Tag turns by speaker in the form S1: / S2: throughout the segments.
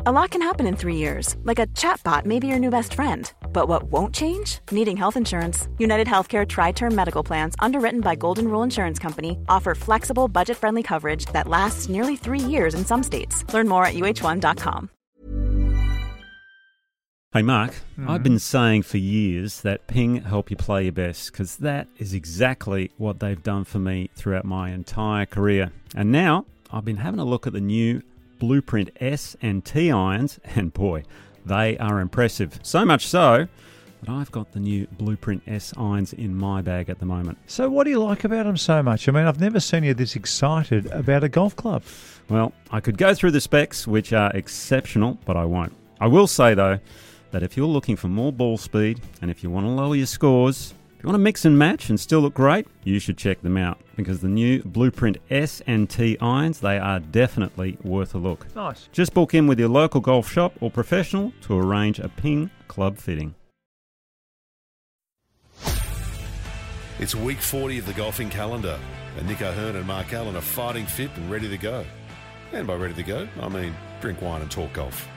S1: A lot can happen in three years, like a chatbot may be your new best friend. But what won't change? Needing health insurance. United Healthcare Tri Term Medical Plans, underwritten by Golden Rule Insurance Company, offer flexible, budget friendly coverage that lasts nearly three years in some states. Learn more at uh1.com.
S2: Hey, Mark, I've been saying for years that ping help you play your best because that is exactly what they've done for me throughout my entire career. And now I've been having a look at the new Blueprint S and T irons, and boy, they are impressive. So much so that I've got the new Blueprint S irons in my bag at the moment.
S3: So, what do you like about them so much? I mean, I've never seen you this excited about a golf club.
S2: Well, I could go through the specs, which are exceptional, but I won't. I will say, though, that if you're looking for more ball speed and if you want to lower your scores, if you want to mix and match and still look great, you should check them out because the new Blueprint S and T irons, they are definitely worth a look.
S3: Nice.
S2: Just book in with your local golf shop or professional to arrange a ping club fitting.
S4: It's week 40 of the golfing calendar, and Nick O'Hearn and Mark Allen are fighting fit and ready to go. And by ready to go, I mean drink wine and talk golf.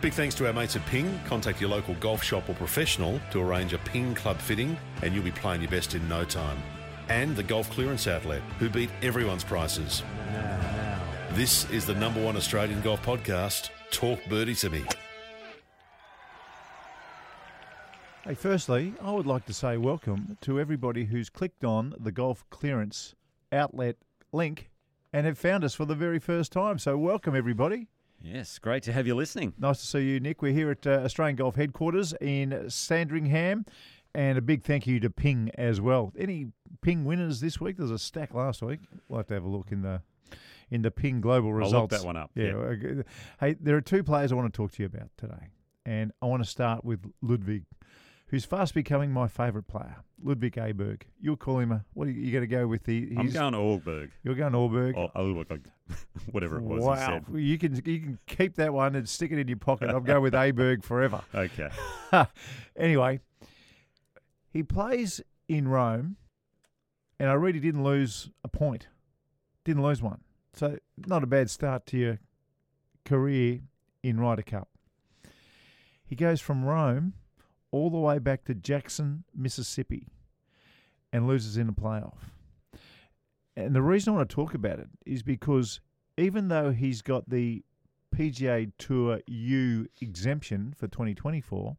S4: Big thanks to our mates at Ping. Contact your local golf shop or professional to arrange a Ping club fitting, and you'll be playing your best in no time. And the Golf Clearance Outlet, who beat everyone's prices. This is the number one Australian golf podcast, Talk Birdie to Me.
S3: Hey, firstly, I would like to say welcome to everybody who's clicked on the golf clearance outlet link and have found us for the very first time. So, welcome everybody.
S2: Yes, great to have you listening.
S3: Nice to see you, Nick. We're here at uh, Australian Golf Headquarters in Sandringham. And a big thank you to Ping as well. Any Ping winners this week? There's a stack last week. We'll have to have a look in the in the Ping Global
S2: look
S3: results.
S2: that one up,
S3: Yeah.
S2: yeah.
S3: okay. Hey, there are two players I want to talk to you about today, and I want to start with Ludwig, who's fast becoming my favourite player. Ludwig Aberg. You'll call him a. What are you going to go with? The
S2: I'm
S3: his-
S2: going to Oh, Orgberg.
S3: You're going Orberg.
S2: Or Ulrich, whatever it was
S3: wow,
S2: he said.
S3: Well, you can you can keep that one and stick it in your pocket. I'll go with Aberg forever.
S2: Okay.
S3: anyway, he plays in Rome, and I read he didn't lose a point, didn't lose one. So not a bad start to your career in Ryder Cup. He goes from Rome all the way back to Jackson, Mississippi, and loses in a playoff. And the reason I want to talk about it is because even though he's got the PGA Tour U exemption for 2024,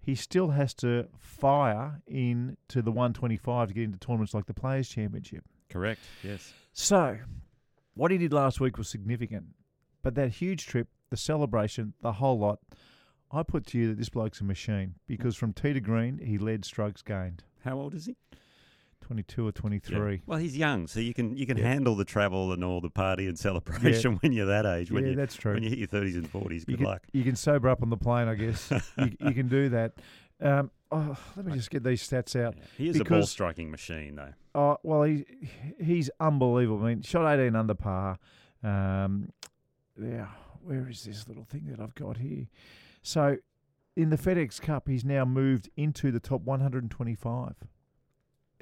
S3: he still has to fire in to the 125 to get into tournaments like the Players Championship.
S2: Correct. Yes.
S3: So, what he did last week was significant, but that huge trip, the celebration, the whole lot. I put to you that this bloke's a machine because from tee to green, he led strokes gained,
S2: How old is he?
S3: 22 or 23.
S2: Yeah. Well, he's young, so you can you can
S3: Yeah.
S2: handle the travel and all the party and celebration when you're that age. When
S3: Yeah,
S2: you,
S3: that's true.
S2: When you hit your thirties and forties,
S3: You
S2: good
S3: can,
S2: luck.
S3: you can sober up on the plane, I guess. you, you can do that. Um, oh, let me just get these stats out.
S2: Yeah. He is a ball
S3: because-
S2: striking machine, though.
S3: Oh well, he he's unbelievable. I mean, shot eighteen under par. Um, yeah, where is this little thing that I've got here? So, in the FedEx Cup, he's now moved into the top one hundred and twenty-five.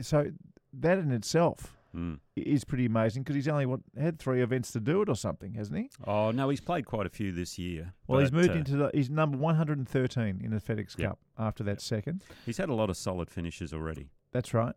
S3: So that in itself
S2: Mm.
S3: i- is pretty amazing because he's only what had three events to do it or something, hasn't he?
S2: Oh no, he's played quite a few this year.
S3: Well, he's
S2: but,
S3: moved
S2: uh,
S3: into the he's number one hundred and thirteen in the FedEx
S2: Yep.
S3: Cup after that second.
S2: He's had a lot of solid finishes already.
S3: That's right.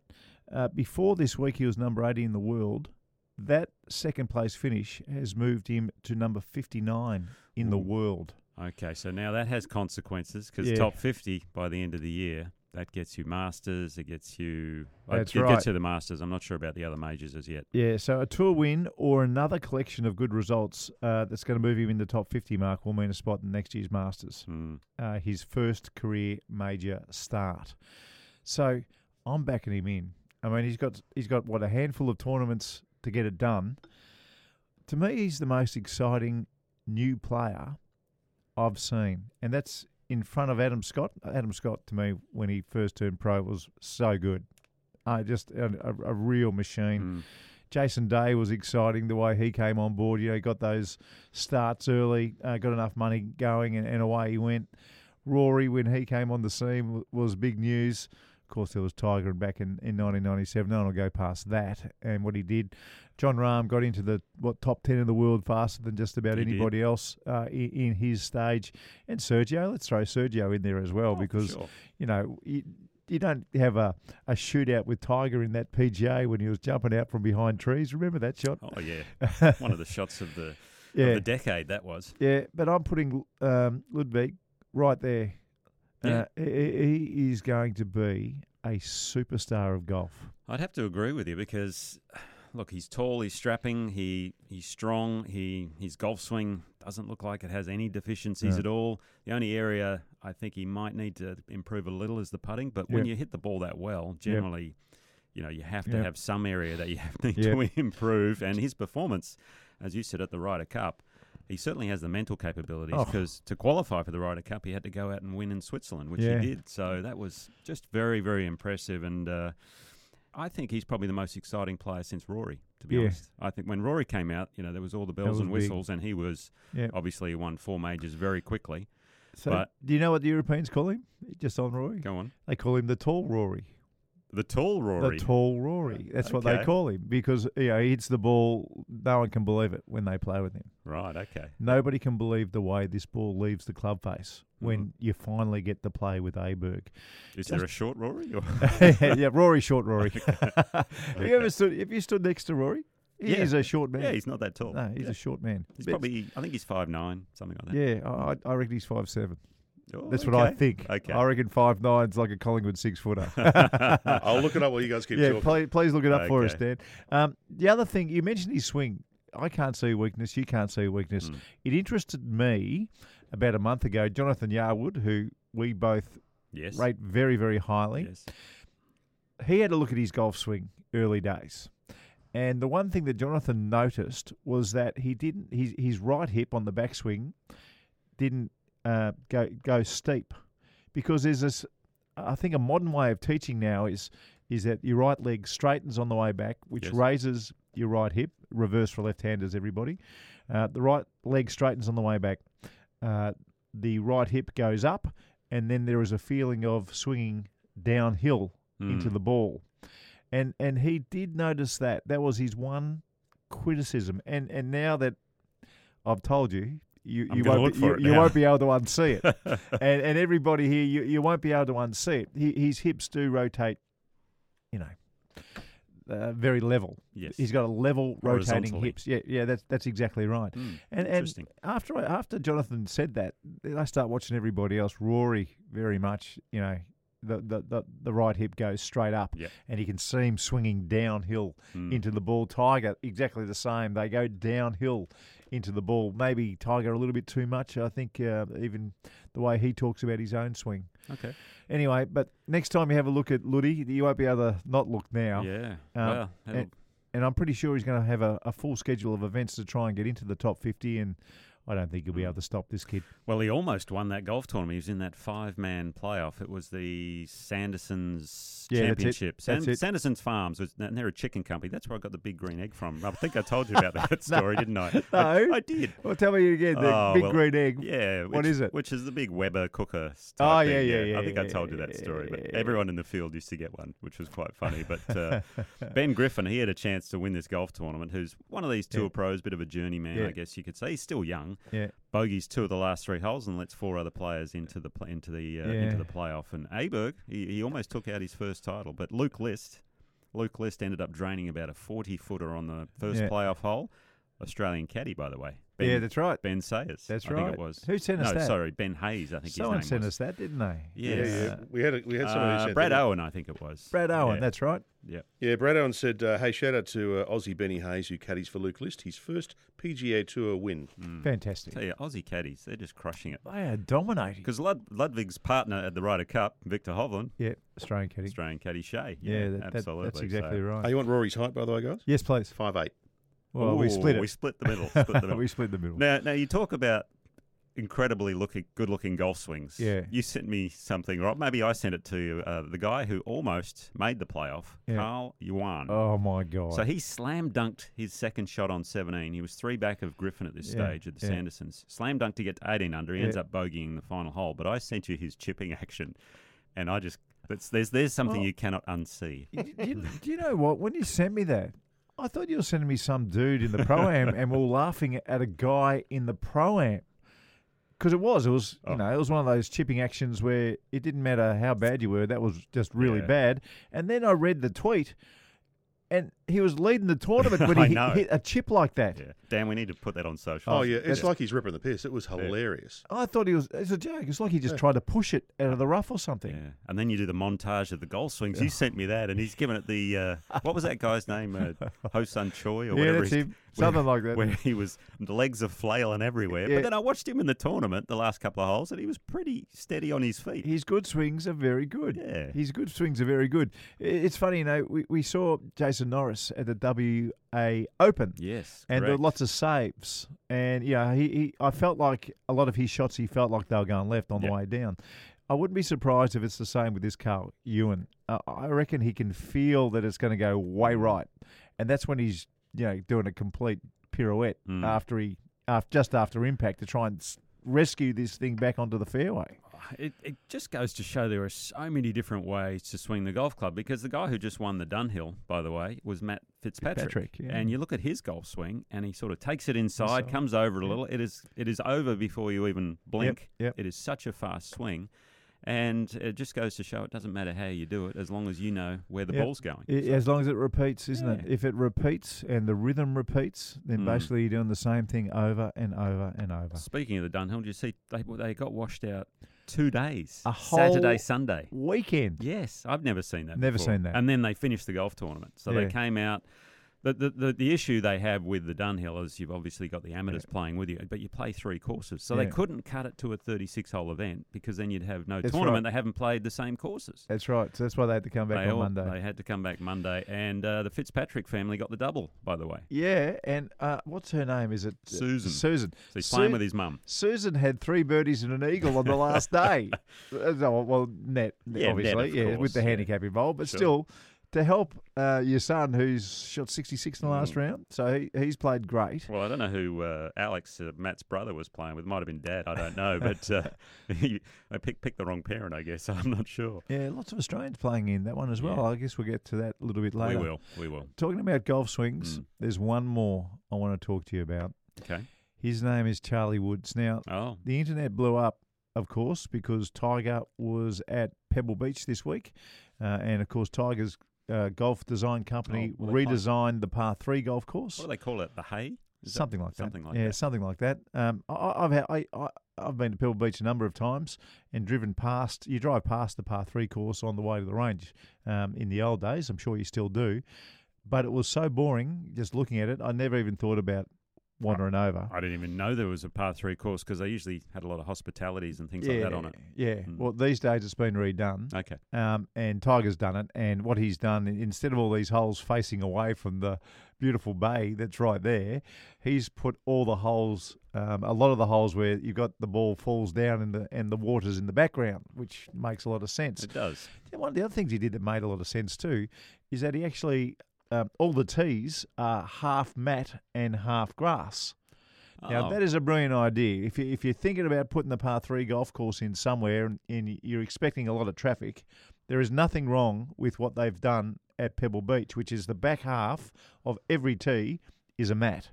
S3: Uh, before this week, he was number 80 in the world. That second place finish has moved him to number 59 in the
S2: Ooh.
S3: world.
S2: Okay, so now that has consequences because
S3: Yeah.
S2: top fifty by the end of the year that gets you Masters. It gets you. uh,
S3: That's
S2: it
S3: right.
S2: gets you the Masters. I'm not sure about the other majors as yet.
S3: Yeah, so a tour win or another collection of good results uh, that's going to move him in the top 50 mark will mean a spot in next year's Masters,
S2: Mm.
S3: uh, his first career major start. So I'm backing him in. I mean, he's got he's got what a handful of tournaments to get it done. To me, he's the most exciting new player I've seen, and that's in front of Adam Scott. Adam Scott, to me, when he first turned pro, was so good. Uh, just a, a, a real machine.
S2: Mm.
S3: Jason Day was exciting the way he came on board. You know, he got those starts early, uh, got enough money going, and, and away he went. Rory, when he came on the scene, w- was big news. Of course, there was Tiger and back in, in 1997. No one will go past that. And what he did, John Rahm got into the what top 10 in the world faster than just about
S2: He did.
S3: anybody else uh, in, in his stage. And Sergio, let's throw Sergio in there as well because
S2: Oh, sure.
S3: you know, you, you don't have a, a shootout with Tiger in that PGA when he was jumping out from behind trees. Remember that shot?
S2: Oh yeah, one of the shots of the of
S3: yeah.
S2: the decade that was.
S3: Yeah, but I'm putting um, Ludwig right there.
S2: Yeah.
S3: Uh, he, he is going to be a superstar of golf.
S2: I'd have to agree with you because, look, he's tall, he's strapping, he he's strong, he his golf swing doesn't look like it has any deficiencies
S3: No.
S2: at all. The only area I think he might need to improve a little is the putting, but when
S3: Yeah.
S2: you hit the ball that well, generally. You know, you have to
S3: Yeah.
S2: have some area that you have need
S3: Yeah.
S2: to improve, and his performance, as you said at the Ryder Cup, he certainly has the mental capabilities
S3: Oh.
S2: because to qualify for the Ryder Cup, he had to go out and win in Switzerland, which
S3: Yeah.
S2: he did. So that was just very, very impressive, and uh, I think he's probably the most exciting player since Rory, to be
S3: Yeah.
S2: honest. I think when Rory came out, you know, there was all the bells
S3: was
S2: and
S3: big.
S2: whistles, and he was
S3: Yeah.
S2: obviously won four majors very quickly.
S3: So,
S2: But-
S3: do you know what the Europeans call him? Just on Rory?
S2: Go on.
S3: They call him the tall Rory.
S2: The tall Rory.
S3: The tall Rory. That's what they
S2: Okay.
S3: call him because you know, he hits the ball. No one can believe it when they play with him.
S2: right, okay.
S3: Nobody can believe the way this ball leaves the club face
S2: Mm-hmm.
S3: when you finally get to play with Aberg.
S2: Is there a short Rory? Or?
S3: yeah, Rory, short Rory. Have you ever stood? Have you stood next to Rory? He
S2: Yeah.
S3: is a short man.
S2: yeah, he's not that tall.
S3: no, he's
S2: Yeah.
S3: a short man.
S2: He's
S3: But-
S2: probably, I think he's five nine, something like that.
S3: Yeah, I, I reckon he's five seven.
S2: Oh,
S3: That's what I
S2: okay.
S3: think.
S2: Okay.
S3: I reckon five nine's like a Collingwood six footer.
S4: I'll look it up while you guys keep
S3: yeah,
S4: talking.
S3: please, please look it up for us,
S2: Okay.
S3: Dan. Um, the other thing you mentioned his swing. I can't see a weakness. You can't see a weakness. It interested me about a month ago. Jonathan Yarwood, who we both
S2: yes.
S3: rate very, very highly,
S2: Yes.
S3: he had a look at his golf swing early days. And the one thing that Jonathan noticed was that he didn't his his right hip on the backswing didn't uh, go go steep because there's this I think a modern way of teaching now is is that your right leg straightens on the way back, which
S2: Yes.
S3: raises your right hip. Reverse for left-handers, everybody. Uh, the right leg straightens on the way back. Uh, the right hip goes up, and then there is a feeling of swinging downhill into
S2: Mm.
S3: the ball. And and he did notice that. That was his one criticism. And and now that I've told you, you,
S2: I'm
S3: you
S2: gonna
S3: won't be,
S2: look for
S3: you,
S2: it
S3: you
S2: now.
S3: won't be able to unsee it. and and everybody here, you, you won't be able to unsee it. He, his hips do rotate, you know, uh, very level.
S2: Yes.
S3: He's got a level rotating
S2: Horizontally.
S3: hips. Yeah, yeah, that's that's exactly right.
S2: Mm,
S3: And, and
S2: interesting.
S3: after I, after Jonathan said that, then I start watching everybody else. Rory very much, you know, the the, the, the right hip goes straight up,
S2: Yep.
S3: and you can see him swinging downhill
S2: Mm.
S3: into the ball. Tiger exactly the same. They go downhill into the ball. Maybe Tiger a little bit too much. I think uh, even the way he talks about his own swing.
S2: Okay.
S3: Anyway, but next time you have a look at Luddy, you won't be able to not look now.
S2: Yeah.
S3: Um,
S2: well, that'll-
S3: and, and I'm pretty sure he's going to have a, a full schedule of events to try and get into the top 50. And I don't think he'll be able to stop this kid.
S2: Well, he almost won that golf tournament. He was in that five-man playoff. It was the Sanderson's
S3: Yeah, that's it.
S2: Championship.
S3: That's it.
S2: Sanderson's Farms, was, and they're a chicken company. That's where I got the big green egg from. I think I told you about that story, didn't I?
S3: No.
S2: I, I did.
S3: Well, tell me again the
S2: Oh,
S3: big
S2: well,
S3: green egg.
S2: Yeah. Which,
S3: What is it?
S2: Which is the big Weber cooker type
S3: Oh,
S2: thing,
S3: yeah, yeah, yeah,
S2: I think I
S3: yeah,
S2: told you
S3: yeah,
S2: that story, but
S3: yeah, yeah.
S2: everyone in the field used to get one, which was quite funny. But uh, Ben Griffin, he had a chance to win this golf tournament, who's one of these tour
S3: Yeah.
S2: pros, bit of a journeyman,
S3: Yeah.
S2: I guess you could say. He's still young.
S3: Yeah.
S2: bogeys two of the last three holes and lets four other players into the pl- into the uh,
S3: Yeah.
S2: into the playoff. And Aberg, he, he almost took out his first title, but Luke List, Luke List ended up draining about a forty footer on the first
S3: Yeah.
S2: playoff hole. Australian caddy, by the way.
S3: yeah, that's right.
S2: Ben Sayers.
S3: That's
S2: I think
S3: right.
S2: it was.
S3: Who sent us
S2: no,
S3: that?
S2: sorry, Ben Hayes. I think
S3: Someone
S2: his name
S3: sent
S2: was.
S3: us that, didn't they?
S2: Yeah,
S4: yeah,
S2: yes.
S4: yeah. We had a, we had somebody who
S2: Uh,
S4: said
S2: Brad
S4: that.
S2: Owen, I think it was.
S3: Brad Owen,
S2: Yeah.
S3: that's right.
S2: yeah.
S4: Yeah, Brad Owen said, uh, "Hey, shout out to uh, Aussie Benny Hayes who caddies for Luke List, his first PGA Tour win."
S2: Mm.
S3: Fantastic.
S2: Tell you, Aussie caddies, they're just crushing it.
S3: They are dominating.
S2: Because Lud- Ludwig's partner at the Ryder Cup, Victor Hovland,
S3: Yeah, Australian caddy.
S2: Australian caddy Shea.
S3: Yeah, that- that-
S2: absolutely.
S3: that's
S2: So-
S3: exactly right.
S4: Hey, you want Rory's height, by the way, guys?
S3: yes, please.
S4: Five eight.
S3: Well, we
S2: Ooh,
S3: split it.
S2: We split the middle. Split the middle.
S3: we split the middle.
S2: Now, now you talk about incredibly looking, good-looking golf swings.
S3: Yeah.
S2: You sent me something, right? Maybe I sent it to you. Uh, the guy who almost made the playoff,
S3: Yeah.
S2: Carl Yuan.
S3: oh, my God.
S2: So he slam dunked his second shot on 17. He was three back of Griffin at this
S3: Yeah,
S2: stage at the
S3: yeah.
S2: Sandersons. Slam dunked to get to 18 under. He ends
S3: Yeah.
S2: up bogeying the final hole. But I sent you his chipping action, and I just That's, there's, there's something you cannot unsee.
S3: You- you- you- do you know what? When you sent me that, I thought you were sending me some dude in the pro am, and we we're laughing at a guy in the pro am. Because it was, it was, you
S2: Oh.
S3: know, it was one of those chipping actions where it didn't matter how bad you were. That was just really
S2: Yeah.
S3: bad. And then I read the tweet, and he was leading the tournament when
S2: I
S3: he
S2: know.
S3: hit, hit a chip like that.
S2: Yeah. Dan, we need to put that on social.
S5: Oh, yeah. It's like he's ripping the piss. It was hilarious.
S3: I thought he was. It's a joke. It's like he just tried to push it out of the rough or something.
S2: Yeah. And then you do the montage of the goal swings. You sent me that, and he's given it the uh, what was that guy's name? Uh, Hosun Choi or
S3: Yeah,
S2: whatever.
S3: that's
S2: his-
S3: him. Something like that.
S2: Where he was, the legs are flailing everywhere.
S3: Yeah.
S2: But then I watched him in the tournament, the last couple of holes, and he was pretty steady on his feet.
S3: His good swings are very good.
S2: Yeah.
S3: His good swings are very good. I- It's funny, you know, we, we saw Jason Norris at the WA Open.
S2: yes,
S3: And there were
S2: correct.
S3: lots of saves. And yeah, he, he I felt like a lot of his shots he felt like they were going left on
S2: Yeah.
S3: the way down. I wouldn't be surprised if it's the same with this Carl Ewan. Uh, I reckon he can feel that it's going to go way
S2: Mm.
S3: right. And that's when he's, you know, doing a complete pirouette
S2: Mm.
S3: after he after, just after impact to try and s- rescue this thing back onto the fairway.
S2: Oh, It, it just goes to show there are so many different ways to swing the golf club because the guy who just won the Dunhill, by the way, was Matt Fitzpatrick.
S3: Fitzpatrick, yeah.
S2: And you look at his golf swing and he sort of takes it inside,
S3: Inside,
S2: comes over a little. It is it is over before you even blink.
S3: yep.
S2: It is such a fast swing. And it just goes to show it doesn't matter how you do it as long as you know where the
S3: Yep.
S2: ball's going.
S3: I- as long as it repeats, isn't it?
S2: Yeah.
S3: If it repeats and the rhythm repeats, then
S2: Mm.
S3: basically you're doing the same thing over and over and over.
S2: Speaking of the Dunhill, did you see they, they got washed out two days
S3: A
S2: Saturday,
S3: whole-
S2: Sunday.
S3: Weekend.
S2: Yes, I've never seen that.
S3: Never
S2: before.
S3: seen that.
S2: And then they finished the golf tournament, so they
S3: Yeah.
S2: came out. The, the, the, the issue they have with the Dunhill is you've obviously got the amateurs playing with you, but you play three courses. So they
S3: Yeah.
S2: couldn't cut it to a 36 hole event because then you'd have no
S3: That's
S2: tournament.
S3: right.
S2: They haven't played the same courses.
S3: That's right. So that's why they had to come back
S2: they,
S3: on
S2: all-
S3: Monday.
S2: they had to come back Monday. And uh, the Fitzpatrick family got the double, by the way.
S3: Yeah, and uh, what's her name? Is it uh,
S2: Susan.
S3: Susan.
S2: So he's
S3: Su-
S2: playing with his mum.
S3: Susan had three birdies and an eagle on the last day. Uh, no, well, net,
S2: Yeah, net,
S3: obviously,
S2: of
S3: yeah,
S2: course,
S3: with the
S2: yeah.
S3: handicap involved, but
S2: Sure.
S3: still to help uh, your son who's shot 66 in the last
S2: Mm.
S3: round. So he, he's played great.
S2: Well, I don't know who uh, Alex, uh, Matt's brother, was playing with. Might have been dad. I don't know. But uh, he, I picked, picked the wrong parent, I guess. I'm not sure.
S3: Yeah, lots of Australians playing in that one as well.
S2: Yeah.
S3: I guess we'll get to that a little bit later.
S2: We will. We will.
S3: Talking about golf swings,
S2: Mm.
S3: there's one more I want to talk to you about.
S2: Okay.
S3: His name is Charlie Woods. Now,
S2: Oh,
S3: the internet blew up, of course, because Tiger was at Pebble Beach this week. Uh, and, of course, Tiger's uh, golf design company
S2: Oh, well, they play-
S3: redesigned the par three golf course.
S2: What do they call it? The hay? Is that-
S3: something like that.
S2: something like
S3: yeah,
S2: that.
S3: something like that. Um, I- I, I've had, I, I, I've been to Pebble Beach a number of times and driven past. You drive past the par three course on the way to the range. Um, in the old days, I'm sure you still do, but it was so boring just looking at it. I never even thought about wandering over.
S2: I didn't even know there was a par three course because they usually had a lot of hospitalities and things like that on it.
S3: yeah.
S2: Mm.
S3: Well, these days it's been redone.
S2: Okay.
S3: um, and Tiger's done it. And what he's done, instead of all these holes facing away from the beautiful bay that's right there, he's put all the holes, um, a lot of the holes where you've got the ball falls down and the and the water's in the background, which makes a lot of sense.
S2: It does.
S3: And one of the other things he did that made a lot of sense too is that he actually um, all the tees are half mat and half grass. Now
S2: Oh,
S3: that is a brilliant idea. If you if you're thinking about putting the par three golf course in somewhere and, and you're expecting a lot of traffic, there is nothing wrong with what they've done at Pebble Beach, which is the back half of every tee is a mat.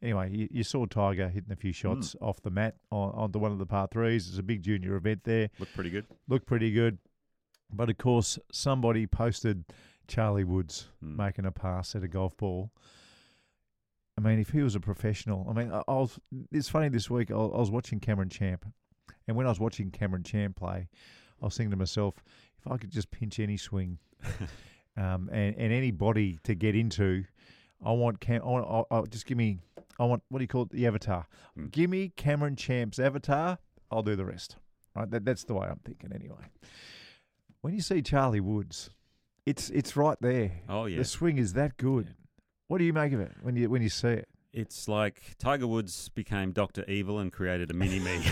S3: Anyway, you, you saw Tiger hitting a few shots off the mat on, onto one of the par threes. It's a big junior event there.
S2: looked pretty good.
S3: Looked pretty good, but of course somebody posted Charlie Woods
S2: Hmm.
S3: making a pass at a golf ball. I mean, if he was a professional, I mean, I, I was. It's funny this week. I, I was watching Cameron Champ, and when I was watching Cameron Champ play, I was thinking to myself, if I could just pinch any swing, um, and and any body to get into, I want Cam. I want. I, I just give me. I want. What do you call it? The avatar.
S2: Mm.
S3: Give me Cameron Champ's avatar. I'll do the rest. Right. That, that's the way I'm thinking. Anyway, when you see Charlie Woods, it's it's right there.
S2: Oh, yeah.
S3: The swing is that good.
S2: Yeah.
S3: What do you make of it when you when you see it?
S2: It's like Tiger Woods became Doctor Evil and created a mini me.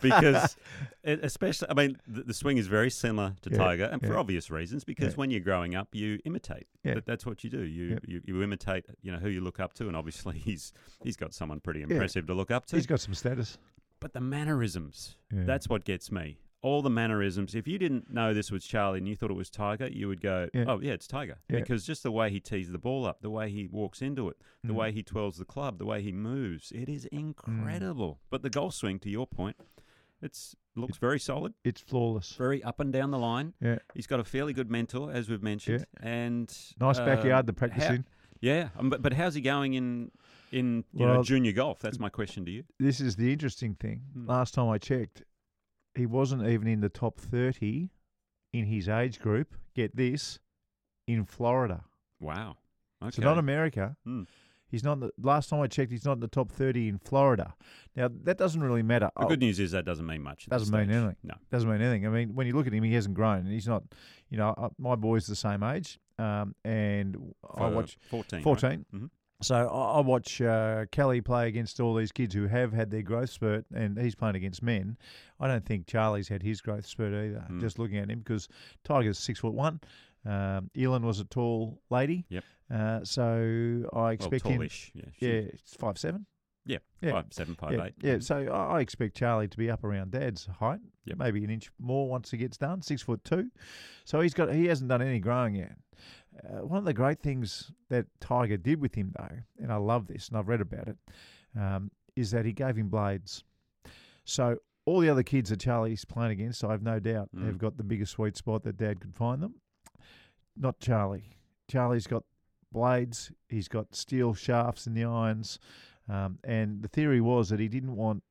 S2: because, it, especially, I mean, the, the swing is very similar to
S3: Yeah,
S2: Tiger, and for
S3: yeah.
S2: obvious reasons. Because
S3: Yeah.
S2: when you're growing up, you imitate.
S3: Yeah.
S2: That, that's what you do. You,
S3: Yep.
S2: you you imitate. You know who you look up to, and obviously he's he's got someone pretty impressive to look up to.
S3: He's got some status.
S2: but the mannerisms
S3: Yeah.
S2: that's what gets me all the mannerisms. If you didn't know this was Charlie and you thought it was Tiger, you would go,
S3: Yeah.
S2: "Oh yeah, it's Tiger,"
S3: Yeah.
S2: because just the way he tees the ball up, the way he walks into it,
S3: Mm.
S2: the way he twirls the club, the way he moves, it is incredible. But the golf swing, to your point, it's looks very solid,
S3: It's flawless.
S2: very up and down the line.
S3: Yeah.
S2: He's got a fairly good mentor, as we've mentioned, and
S3: Nice
S2: uh,
S3: backyard to practice
S2: how-
S3: in.
S2: Yeah, um, but, but how's he going in in you know
S3: Well-
S2: junior golf? That's my question to you.
S3: This is the interesting thing.
S2: Hmm.
S3: Last time I checked, he wasn't even in the top 30 in his age group. Get this, in Florida.
S2: Wow. Okay.
S3: So not America.
S2: Hmm.
S3: He's not. in The, last time I checked, he's not in the top 30 in Florida. Now that doesn't really matter.
S2: The
S3: Oh,
S2: good news is that doesn't mean much. at this
S3: Doesn't mean
S2: stage.
S3: anything.
S2: No.
S3: doesn't mean anything. I mean, when you look at him, he hasn't grown. He's not. You know, uh, my boy's the same age, um, and I
S2: For
S3: watch
S2: 14. right?
S3: 14.
S2: Mhm.
S3: So I, I watch uh, Kelly play against all these kids who have had their growth spurt, and he's playing against men. I don't think Charlie's had his growth spurt either.
S2: Mm.
S3: Just looking at him, because Tiger's six foot one. Um, Elon was a tall lady.
S2: Yep.
S3: Uh, so I
S2: Well,
S3: expect him.
S2: tallish. Yeah.
S3: Yeah,
S2: she-
S3: it's five seven.
S2: yeah.
S3: yeah.
S2: Five, seven, five,
S3: yeah,
S2: eight.
S3: yeah. So I I expect Charlie to be up around Dad's height,
S2: Mm. Yep.
S3: maybe an inch more once he gets done, six foot two. So he's got he hasn't done any growing yet. Uh, one of the great things that Tiger did with him, though, and I love this, and I've read about it, um, is that he gave him blades. So all the other kids that Charlie's playing against, I have no doubt,
S2: Mm.
S3: have got the biggest sweet spot that Dad could find them. Not Charlie. Charlie's got blades. He's got steel shafts in the irons, um, and the theory was that he didn't want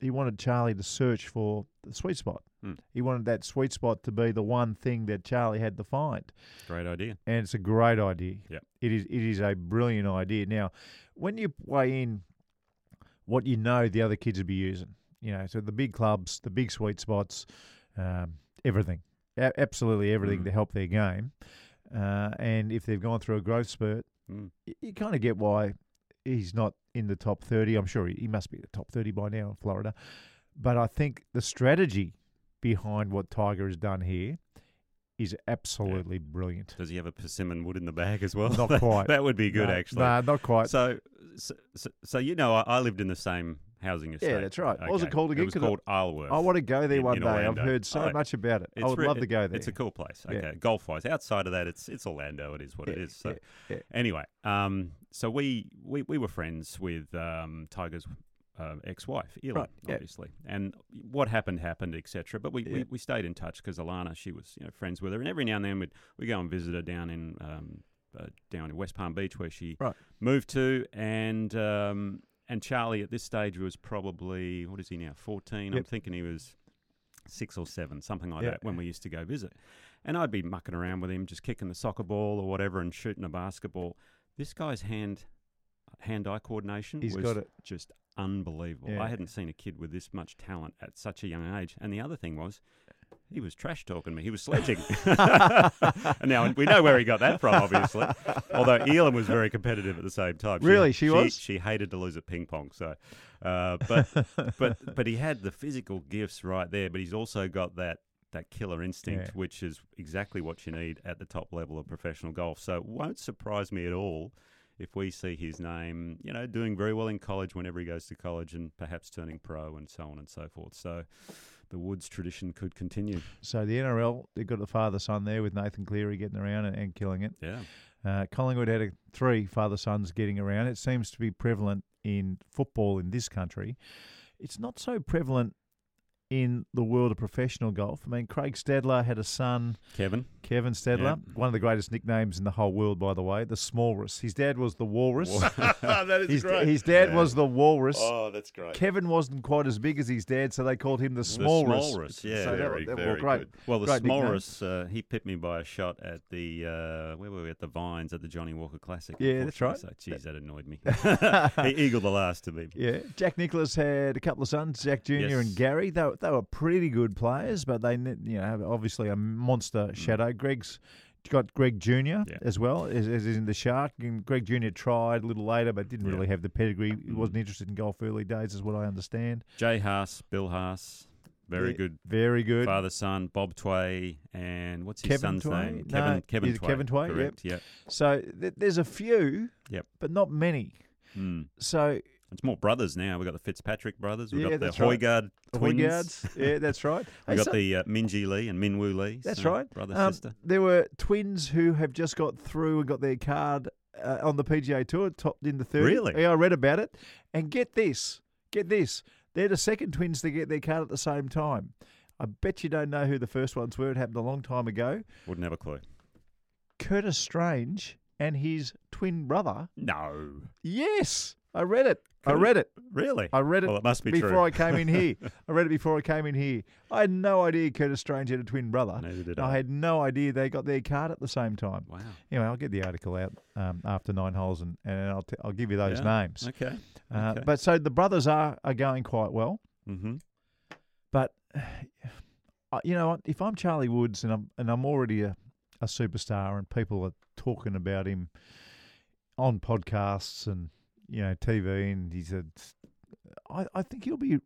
S3: he wanted Charlie to search for the sweet spot.
S2: Hmm.
S3: He wanted that sweet spot to be the one thing that Charlie had to find,
S2: Mm-hmm. Great idea.
S3: and it's a great idea.
S2: Yep.
S3: It is it is a brilliant idea. Now, when you weigh in what you know the other kids would be using, you know, so the big clubs, the big sweet spots, um, everything, a- absolutely everything
S2: Mm.
S3: to help their game, uh, and if they've gone through a growth spurt
S2: Mm.
S3: you, you kind of get why he's not in the top 30. I'm sure he, he must be the top 30 by now in Florida. But I think the strategy behind what Tiger has done here is absolutely brilliant.
S2: Does he have a persimmon wood in the bag as well?
S3: Not
S2: That-
S3: quite.
S2: that would be good,
S3: No,
S2: actually.
S3: No, not quite.
S2: So, so, so, so you know, I, I lived in the same housing estate.
S3: that's right. What was it called again?
S2: It was
S3: 'Cause I-
S2: called Isleworth.
S3: I want to go there
S2: in-
S3: one
S2: in
S3: day.
S2: Orlando.
S3: I've heard so
S2: Oh,
S3: much about it. I would
S2: re-
S3: love to
S2: it-
S3: go there.
S2: It's a cool place.
S3: Yeah.
S2: Okay, golf wise. Outside of that, it's it's Orlando. It is what it
S3: Yeah,
S2: is. So
S3: yeah, yeah.
S2: anyway, um, so we, we we were friends with um, Tiger's um ex-wife, Elon,
S3: Right, yeah.
S2: obviously, and what happened happened, etc. But we,
S3: Yeah.
S2: we, we stayed in touch because Alana, she was you know friends with her, and every now and then we would we go and visit her down in um, uh, down in West Palm Beach where she
S3: Right.
S2: moved to, and um, and Charlie at this stage was probably what is he now fourteen? I'm
S3: Yep.
S2: thinking he was six or seven, something like
S3: Yeah.
S2: that, when we used to go visit. And I'd be mucking around with him, just kicking the soccer ball or whatever, and shooting a basketball. This guy's hand hand eye coordination
S3: He's
S2: was
S3: got it.
S2: just unbelievable.
S3: Yeah.
S2: I hadn't seen a kid with this much talent at such a young age. And the other thing was, he was trash talking me. He was sledging. And now we know where he got that from, obviously. Although Elon was very competitive at the same time.
S3: Really? She was?
S2: She hated to lose at ping pong. So, uh, but but but he had the physical gifts right there. But he's also got that that killer instinct,
S3: Yeah.
S2: which is exactly what you need at the top level of professional golf. So, it won't surprise me at all if we see his name, you know, doing very well in college whenever he goes to college, and perhaps turning pro and so on and so forth. So, the Woods tradition could continue.
S3: So the NRL, they've got the father son there with Nathan Cleary getting around and, and killing it.
S2: Yeah.
S3: Uh, Collingwood had a three father sons getting around. It seems to be prevalent in football in this country. It's not so prevalent in the world of professional golf. I mean, Craig Stadler had a son,
S2: Kevin.
S3: Kevin Stadler,
S2: Yeah.
S3: one of the greatest nicknames in the whole world, by the way, the Smallrus. His dad was the Walrus.
S5: that is
S3: his,
S5: great.
S3: his dad was the Walrus.
S5: Oh, that's great.
S3: Kevin wasn't quite as big as his dad, so they called him the Smallrus.
S2: Smallrus, yeah.
S3: so
S5: Very,
S3: that, that, well,
S5: very
S3: great.
S5: good.
S2: Well, the
S3: Great nickname.
S2: Smorris, uh, he pipped me by a shot at the uh, where were we at the Vines at the Johnny Walker Classic.
S3: Yeah, that's
S2: unfortunately. So, geez, that annoyed me. he eagled the last to me.
S3: Yeah, Jack Nicholas had a couple of sons, Jack Jr.
S2: Yes.
S3: and Gary. They, were- they were pretty good players, but they, ne- you know, have obviously a monster
S2: Mm.
S3: shadow. Greg's got Greg Jr. as well, as, as is in the Shark. And Greg Jr. tried a little later, but didn't
S2: Yeah. Mm.
S3: really have the pedigree. He wasn't interested in golf early days, is what I understand.
S2: Jay Haas, Bill Haas, very
S3: Yeah,
S2: good
S3: Very good.
S2: father son. Bob Tway and what's his
S3: Kevin
S2: son's
S3: Tway?
S2: name?
S3: No,
S2: Kevin. Kevin
S3: is it
S2: Tway.
S3: Kevin Tway? Yep.
S2: Correct. Yep.
S3: So th- there's a few,
S2: Yep.
S3: but not many.
S2: Mm.
S3: So
S2: It's more brothers now. We've got the Fitzpatrick brothers. We've
S3: Yeah,
S2: got the
S3: that's right.
S2: Hoygaard twins.
S3: Hoygaards. Yeah, that's right.
S2: We've
S3: Hey,
S2: got
S3: so-
S2: the uh, Minji Lee and Minwoo Lee.
S3: That's
S2: so
S3: right.
S2: Brother,
S3: Um,
S2: sister.
S3: There were twins who have just got through and got their card uh, on the PGA Tour, topped in the third.
S2: Really?
S3: Yeah, I read about it. And get this, get this. They're the second twins to get their card at the same time. I bet you don't know who the first ones were. It happened a long time ago.
S2: Wouldn't have a clue.
S3: Curtis Strange and his twin brother.
S2: No.
S3: Yes, I read it. I
S2: Curtis-
S3: read it.
S2: Really?
S3: I read it.
S2: Well, it must be
S3: before
S2: true.
S3: I came in here. I read it before I came in here. I had no idea Curtis Strange had a twin brother.
S2: Neither did
S3: And I
S2: I.
S3: had no idea they got their card at the same time.
S2: Wow.
S3: Anyway, I'll get the article out um, after nine holes, and, and I'll t- I'll give you those
S2: Yeah.
S3: names.
S2: Okay.
S3: Uh,
S2: okay.
S3: But so the brothers are are going quite well.
S2: hmm
S3: But I- you know, what? if I'm Charlie Woods and I'm and I'm already a, a superstar, and people are talking about him on podcasts and you know TV, and he's a, I, I think he'll be,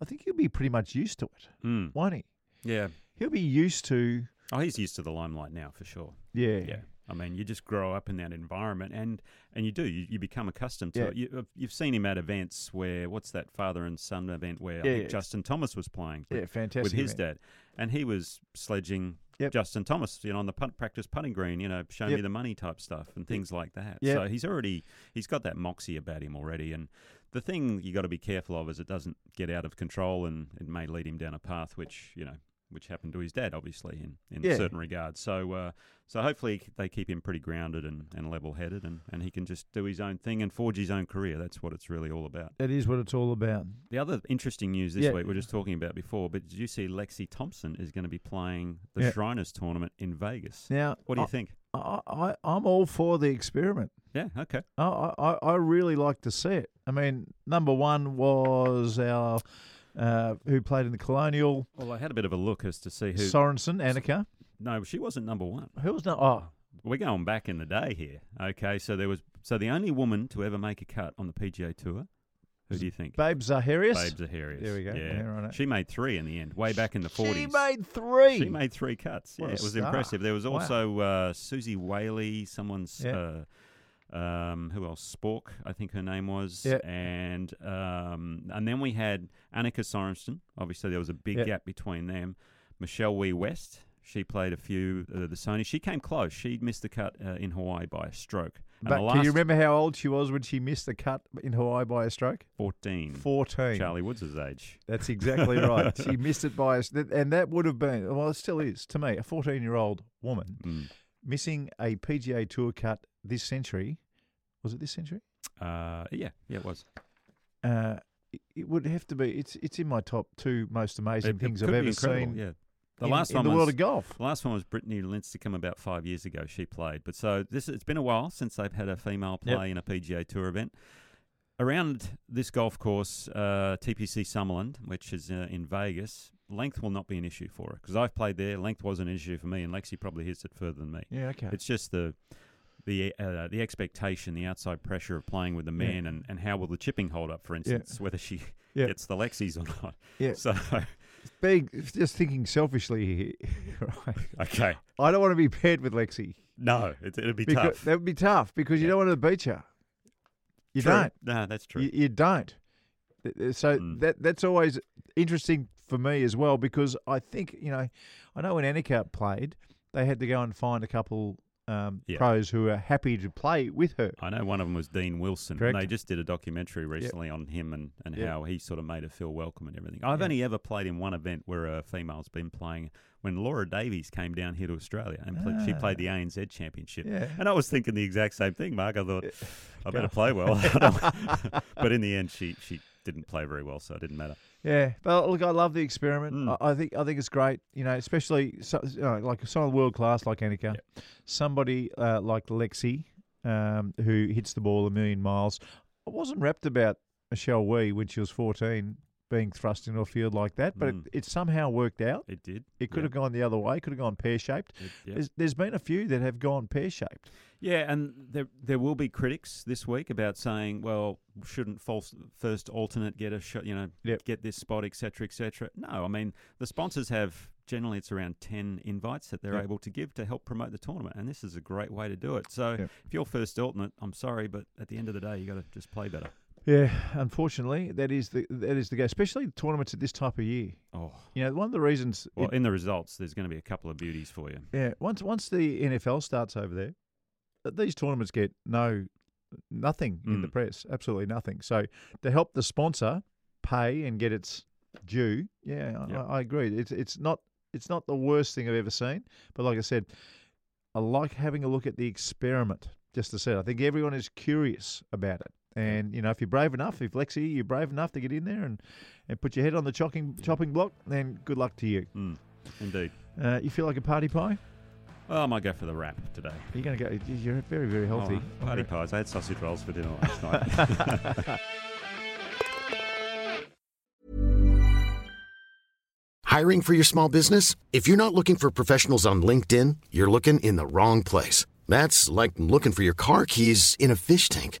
S3: I think he'll be pretty much used to it,
S2: Mm.
S3: won't he?
S2: Yeah.
S3: He'll be used to,
S2: Oh, he's used to the limelight now for sure.
S3: yeah,
S2: Yeah. I mean, you just grow up in that environment, and and you do. You, you become accustomed to
S3: Yeah.
S2: it. You, uh, you've seen him at events where what's that father and son event where I
S3: Yeah,
S2: think
S3: yeah.
S2: Justin Thomas was playing
S3: Yeah,
S2: with,
S3: fantastic
S2: with his
S3: event.
S2: dad, and he was sledging
S3: Yep.
S2: Justin Thomas, you know, on the punt practice putting green, you know, show
S3: Yep.
S2: me the money type stuff and things like that.
S3: Yep.
S2: So he's already he's got that moxie about him already, and the thing you got to be careful of is it doesn't get out of control, and it may lead him down a path which you know. Which happened to his dad, obviously, in, in
S3: Yeah.
S2: certain regards. So, uh, so hopefully they keep him pretty grounded and, and level headed, and, and he can just do his own thing and forge his own career. That's what it's really all about.
S3: That is what it's all about.
S2: The other interesting news this
S3: Yeah.
S2: week we are just talking about before, but did you see Lexi Thompson is going to be playing the
S3: Yeah. Oh.
S2: Shriners tournament in Vegas?
S3: Now,
S2: What do you
S3: I-
S2: think?
S3: I, I, I'm all for the experiment.
S2: Yeah, okay.
S3: I, I, I really like to see it. I mean, number one was our uh, who played in the Colonial
S2: Well, I had a bit of a look as to see who.
S3: Sorensen, Annika.
S2: No, she wasn't number one.
S3: Who was that? Oh,
S2: We're going back in the day here. Okay, so there was so the only woman to ever make a cut on the PGA Tour. Who do you think?
S3: Babe Zaharias.
S2: Babe Zaharias.
S3: There we go.
S2: Yeah,
S3: Yeah, righto.
S2: she made three in the end, way back in the
S3: She
S2: forties.
S3: made three.
S2: She made three cuts.
S3: What
S2: Yeah,
S3: a
S2: it was
S3: star.
S2: impressive. There was
S3: Wow.
S2: also uh, Susie Whaley, someone's.
S3: Yeah.
S2: Uh, um, who else? Spork, I think her name was,
S3: Yeah.
S2: and um, and then we had Annika Sorensen. Obviously, there was a big
S3: Yeah.
S2: gap between them. Michelle Wee West, she played a few uh, the Sony. She came close. She missed the cut uh, in Hawaii by a stroke. And the
S3: but can
S2: last
S3: you remember how old she was when she missed the cut in Hawaii by a stroke?
S2: 14,
S3: Fourteen.
S2: Charlie Woods' age.
S3: That's exactly right. she missed it by a, s- and that would have been well, it still is to me a fourteen-year-old woman
S2: Mm.
S3: missing a PGA Tour cut this century. Was it this century?
S2: Uh, yeah, yeah, it was.
S3: uh, it- it would have to be. It's it's in my top two most amazing
S2: It- it
S3: things
S2: could
S3: I've
S2: be
S3: ever
S2: incredible,
S3: seen.
S2: Yeah, the
S3: in,
S2: last
S3: in
S2: time
S3: the
S2: was-
S3: world of golf.
S2: The last one was Brittany Lincecum about five years ago. She played, but so this it's been a while since they've had a female
S3: Yep.
S2: play in a PGA Tour event. Around this golf course, uh, TPC Summerland, which is uh, in Vegas, length will not be an issue for her because I've played there. Length was an issue for me, and Lexi probably hits it further than me.
S3: Yeah, okay.
S2: It's just the the uh, the expectation, the outside pressure of playing with the
S3: Yeah.
S2: man, and, and how will the chipping hold up, for instance, whether she
S3: Yeah.
S2: gets the Lexis or not.
S3: Yeah.
S2: So
S3: Big. Just thinking selfishly here. right?
S2: okay,
S3: I don't want to be paired with Lexi.
S2: no, it, it'll be
S3: Because,
S2: tough.
S3: That would be tough because you
S2: Yeah.
S3: don't want to beat her. You
S2: True.
S3: don't.
S2: No, that's true.
S3: You, you don't. Th- th- So
S2: Mm.
S3: that that's always interesting for me as well because I think you know, I know when Annika played, they had to go and find a couple um,
S2: Yeah.
S3: pros who are happy to play with her.
S2: I know one of them was Dean Wilson.
S3: Correct.
S2: They just did a documentary recently on him and, and
S3: Yep.
S2: how he sort of made her feel welcome and everything. I've
S3: Yeah.
S2: only ever played in one event where a female's been playing when Laura Davies came down here to Australia and pla- she played the ANZ Championship.
S3: Ah. Yeah.
S2: And I was thinking the exact same thing, Mark. I thought, I better
S3: Go.
S2: play well. I don't- but in the end, she, she didn't play very well, so it didn't matter.
S3: Yeah, but look, I love the experiment.
S2: Mm.
S3: I, I think I think it's great. You know, especially so, you know, like someone world class like Annika, somebody uh, like Lexi, um, who hits the ball a million miles. I wasn't rapt about Michelle Wee when she was fourteen being thrust into a field like that, but
S2: Mm.
S3: it, it somehow worked out.
S2: It did.
S3: It could
S2: Yeah.
S3: have gone the other way. Could have gone pear shaped.
S2: It- yeah.
S3: There's, there's been a few that have gone pear shaped.
S2: Yeah, and there there will be critics this week about saying, well, shouldn't false first alternate get a shot, you know,
S3: Yep.
S2: get this spot, etc., etc. No, I mean the sponsors have generally it's around ten invites that they're
S3: Yep.
S2: able to give to help promote the tournament, and this is a great way to do it. So
S3: Yep.
S2: if you're first alternate, I'm sorry, but at the end of the day, you got to just play better.
S3: Yeah, unfortunately, that is the that is the go. Especially tournaments at this type of year.
S2: Oh,
S3: You know, one of the reasons.
S2: well,
S3: it-
S2: in the results, there's going to be a couple of beauties for you.
S3: yeah, once once the NFL starts over there, th- these tournaments get no nothing in the
S2: Mm.
S3: press. Absolutely nothing. So to help the sponsor pay and get its due, yeah, I-
S2: Yep.
S3: I, I agree. It's it's not it's not the worst thing I've ever seen. But like I said, I like having a look at the experiment. Just to say, I think everyone is curious about it. And you know, if you're brave enough, if Lexi, you're brave enough to get in there and, and put your head on the chopping chopping block, then good luck to you.
S2: Mm, indeed.
S3: Uh, you feel like a party pie?
S2: Well, I might go for the wrap today.
S3: You're going to go. You're very, very healthy.
S2: Oh, party pies. I had sausage rolls for dinner last night.
S6: Hiring for your small business? If you're not looking for professionals on LinkedIn, you're looking in the wrong place. That's like looking for your car keys in a fish tank.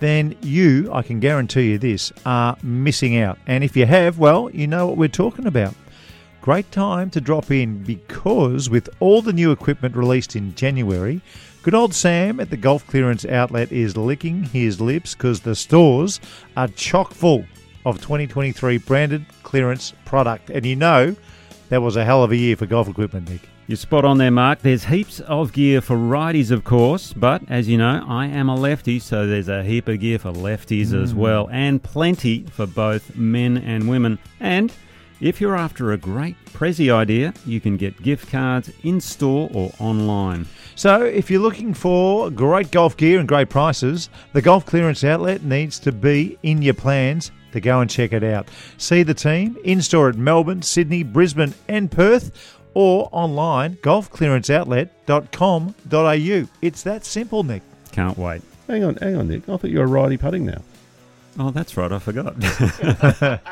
S3: then you, I can guarantee you this, are missing out. And if you have, well, you know what we're talking about. Great time to drop in because with all the new equipment released in January, good old Sam at the Golf Clearance Outlet is licking his lips because the stores are chock full of 2023 branded clearance product. And you know, that was a hell of a year for golf equipment, Nick.
S2: You're spot on there, Mark. There's heaps of gear for righties, of course, but as you know, I am a lefty, so there's a heap of gear for lefties as well, and plenty for both men and women. And if you're after a great Prezi idea, you can get gift cards in store or online.
S3: So, if you're looking for great golf gear and great prices, the Golf Clearance Outlet needs to be in your plans to go and check it out. See the team in store at Melbourne, Sydney, Brisbane, and Perth, or online golfclearanceoutlet.com.au. It's that simple, Nick.
S2: Can't wait.
S5: Hang on, hang on, Nick. I thought you were righty putting now.
S2: Oh, that's right, I forgot.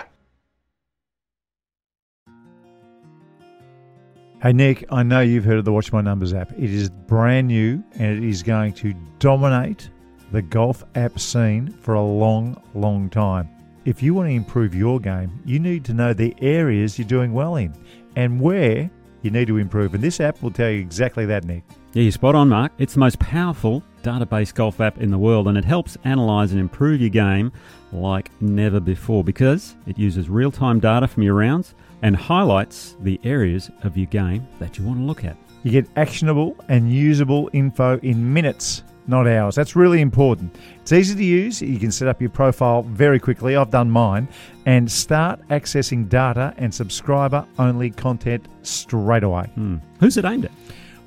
S3: Hey, Nick, I know you've heard of the Watch My Numbers app. It is brand new and it is going to dominate the golf app scene for a long, long time. If you want to improve your game, you need to know the areas you're doing well in and where you need to improve. And this app will tell you exactly that, Nick.
S2: Yeah, you're spot on, Mark. It's the most powerful database golf app in the world, and it helps analyze and improve your game like never before because it uses real time data from your rounds and highlights the areas of your game that you want to look at.
S3: You get actionable and usable info in minutes, not hours. That's really important. It's easy to use. You can set up your profile very quickly. I've done mine and start accessing data and subscriber only content straight away.
S2: Hmm. Who's it aimed at?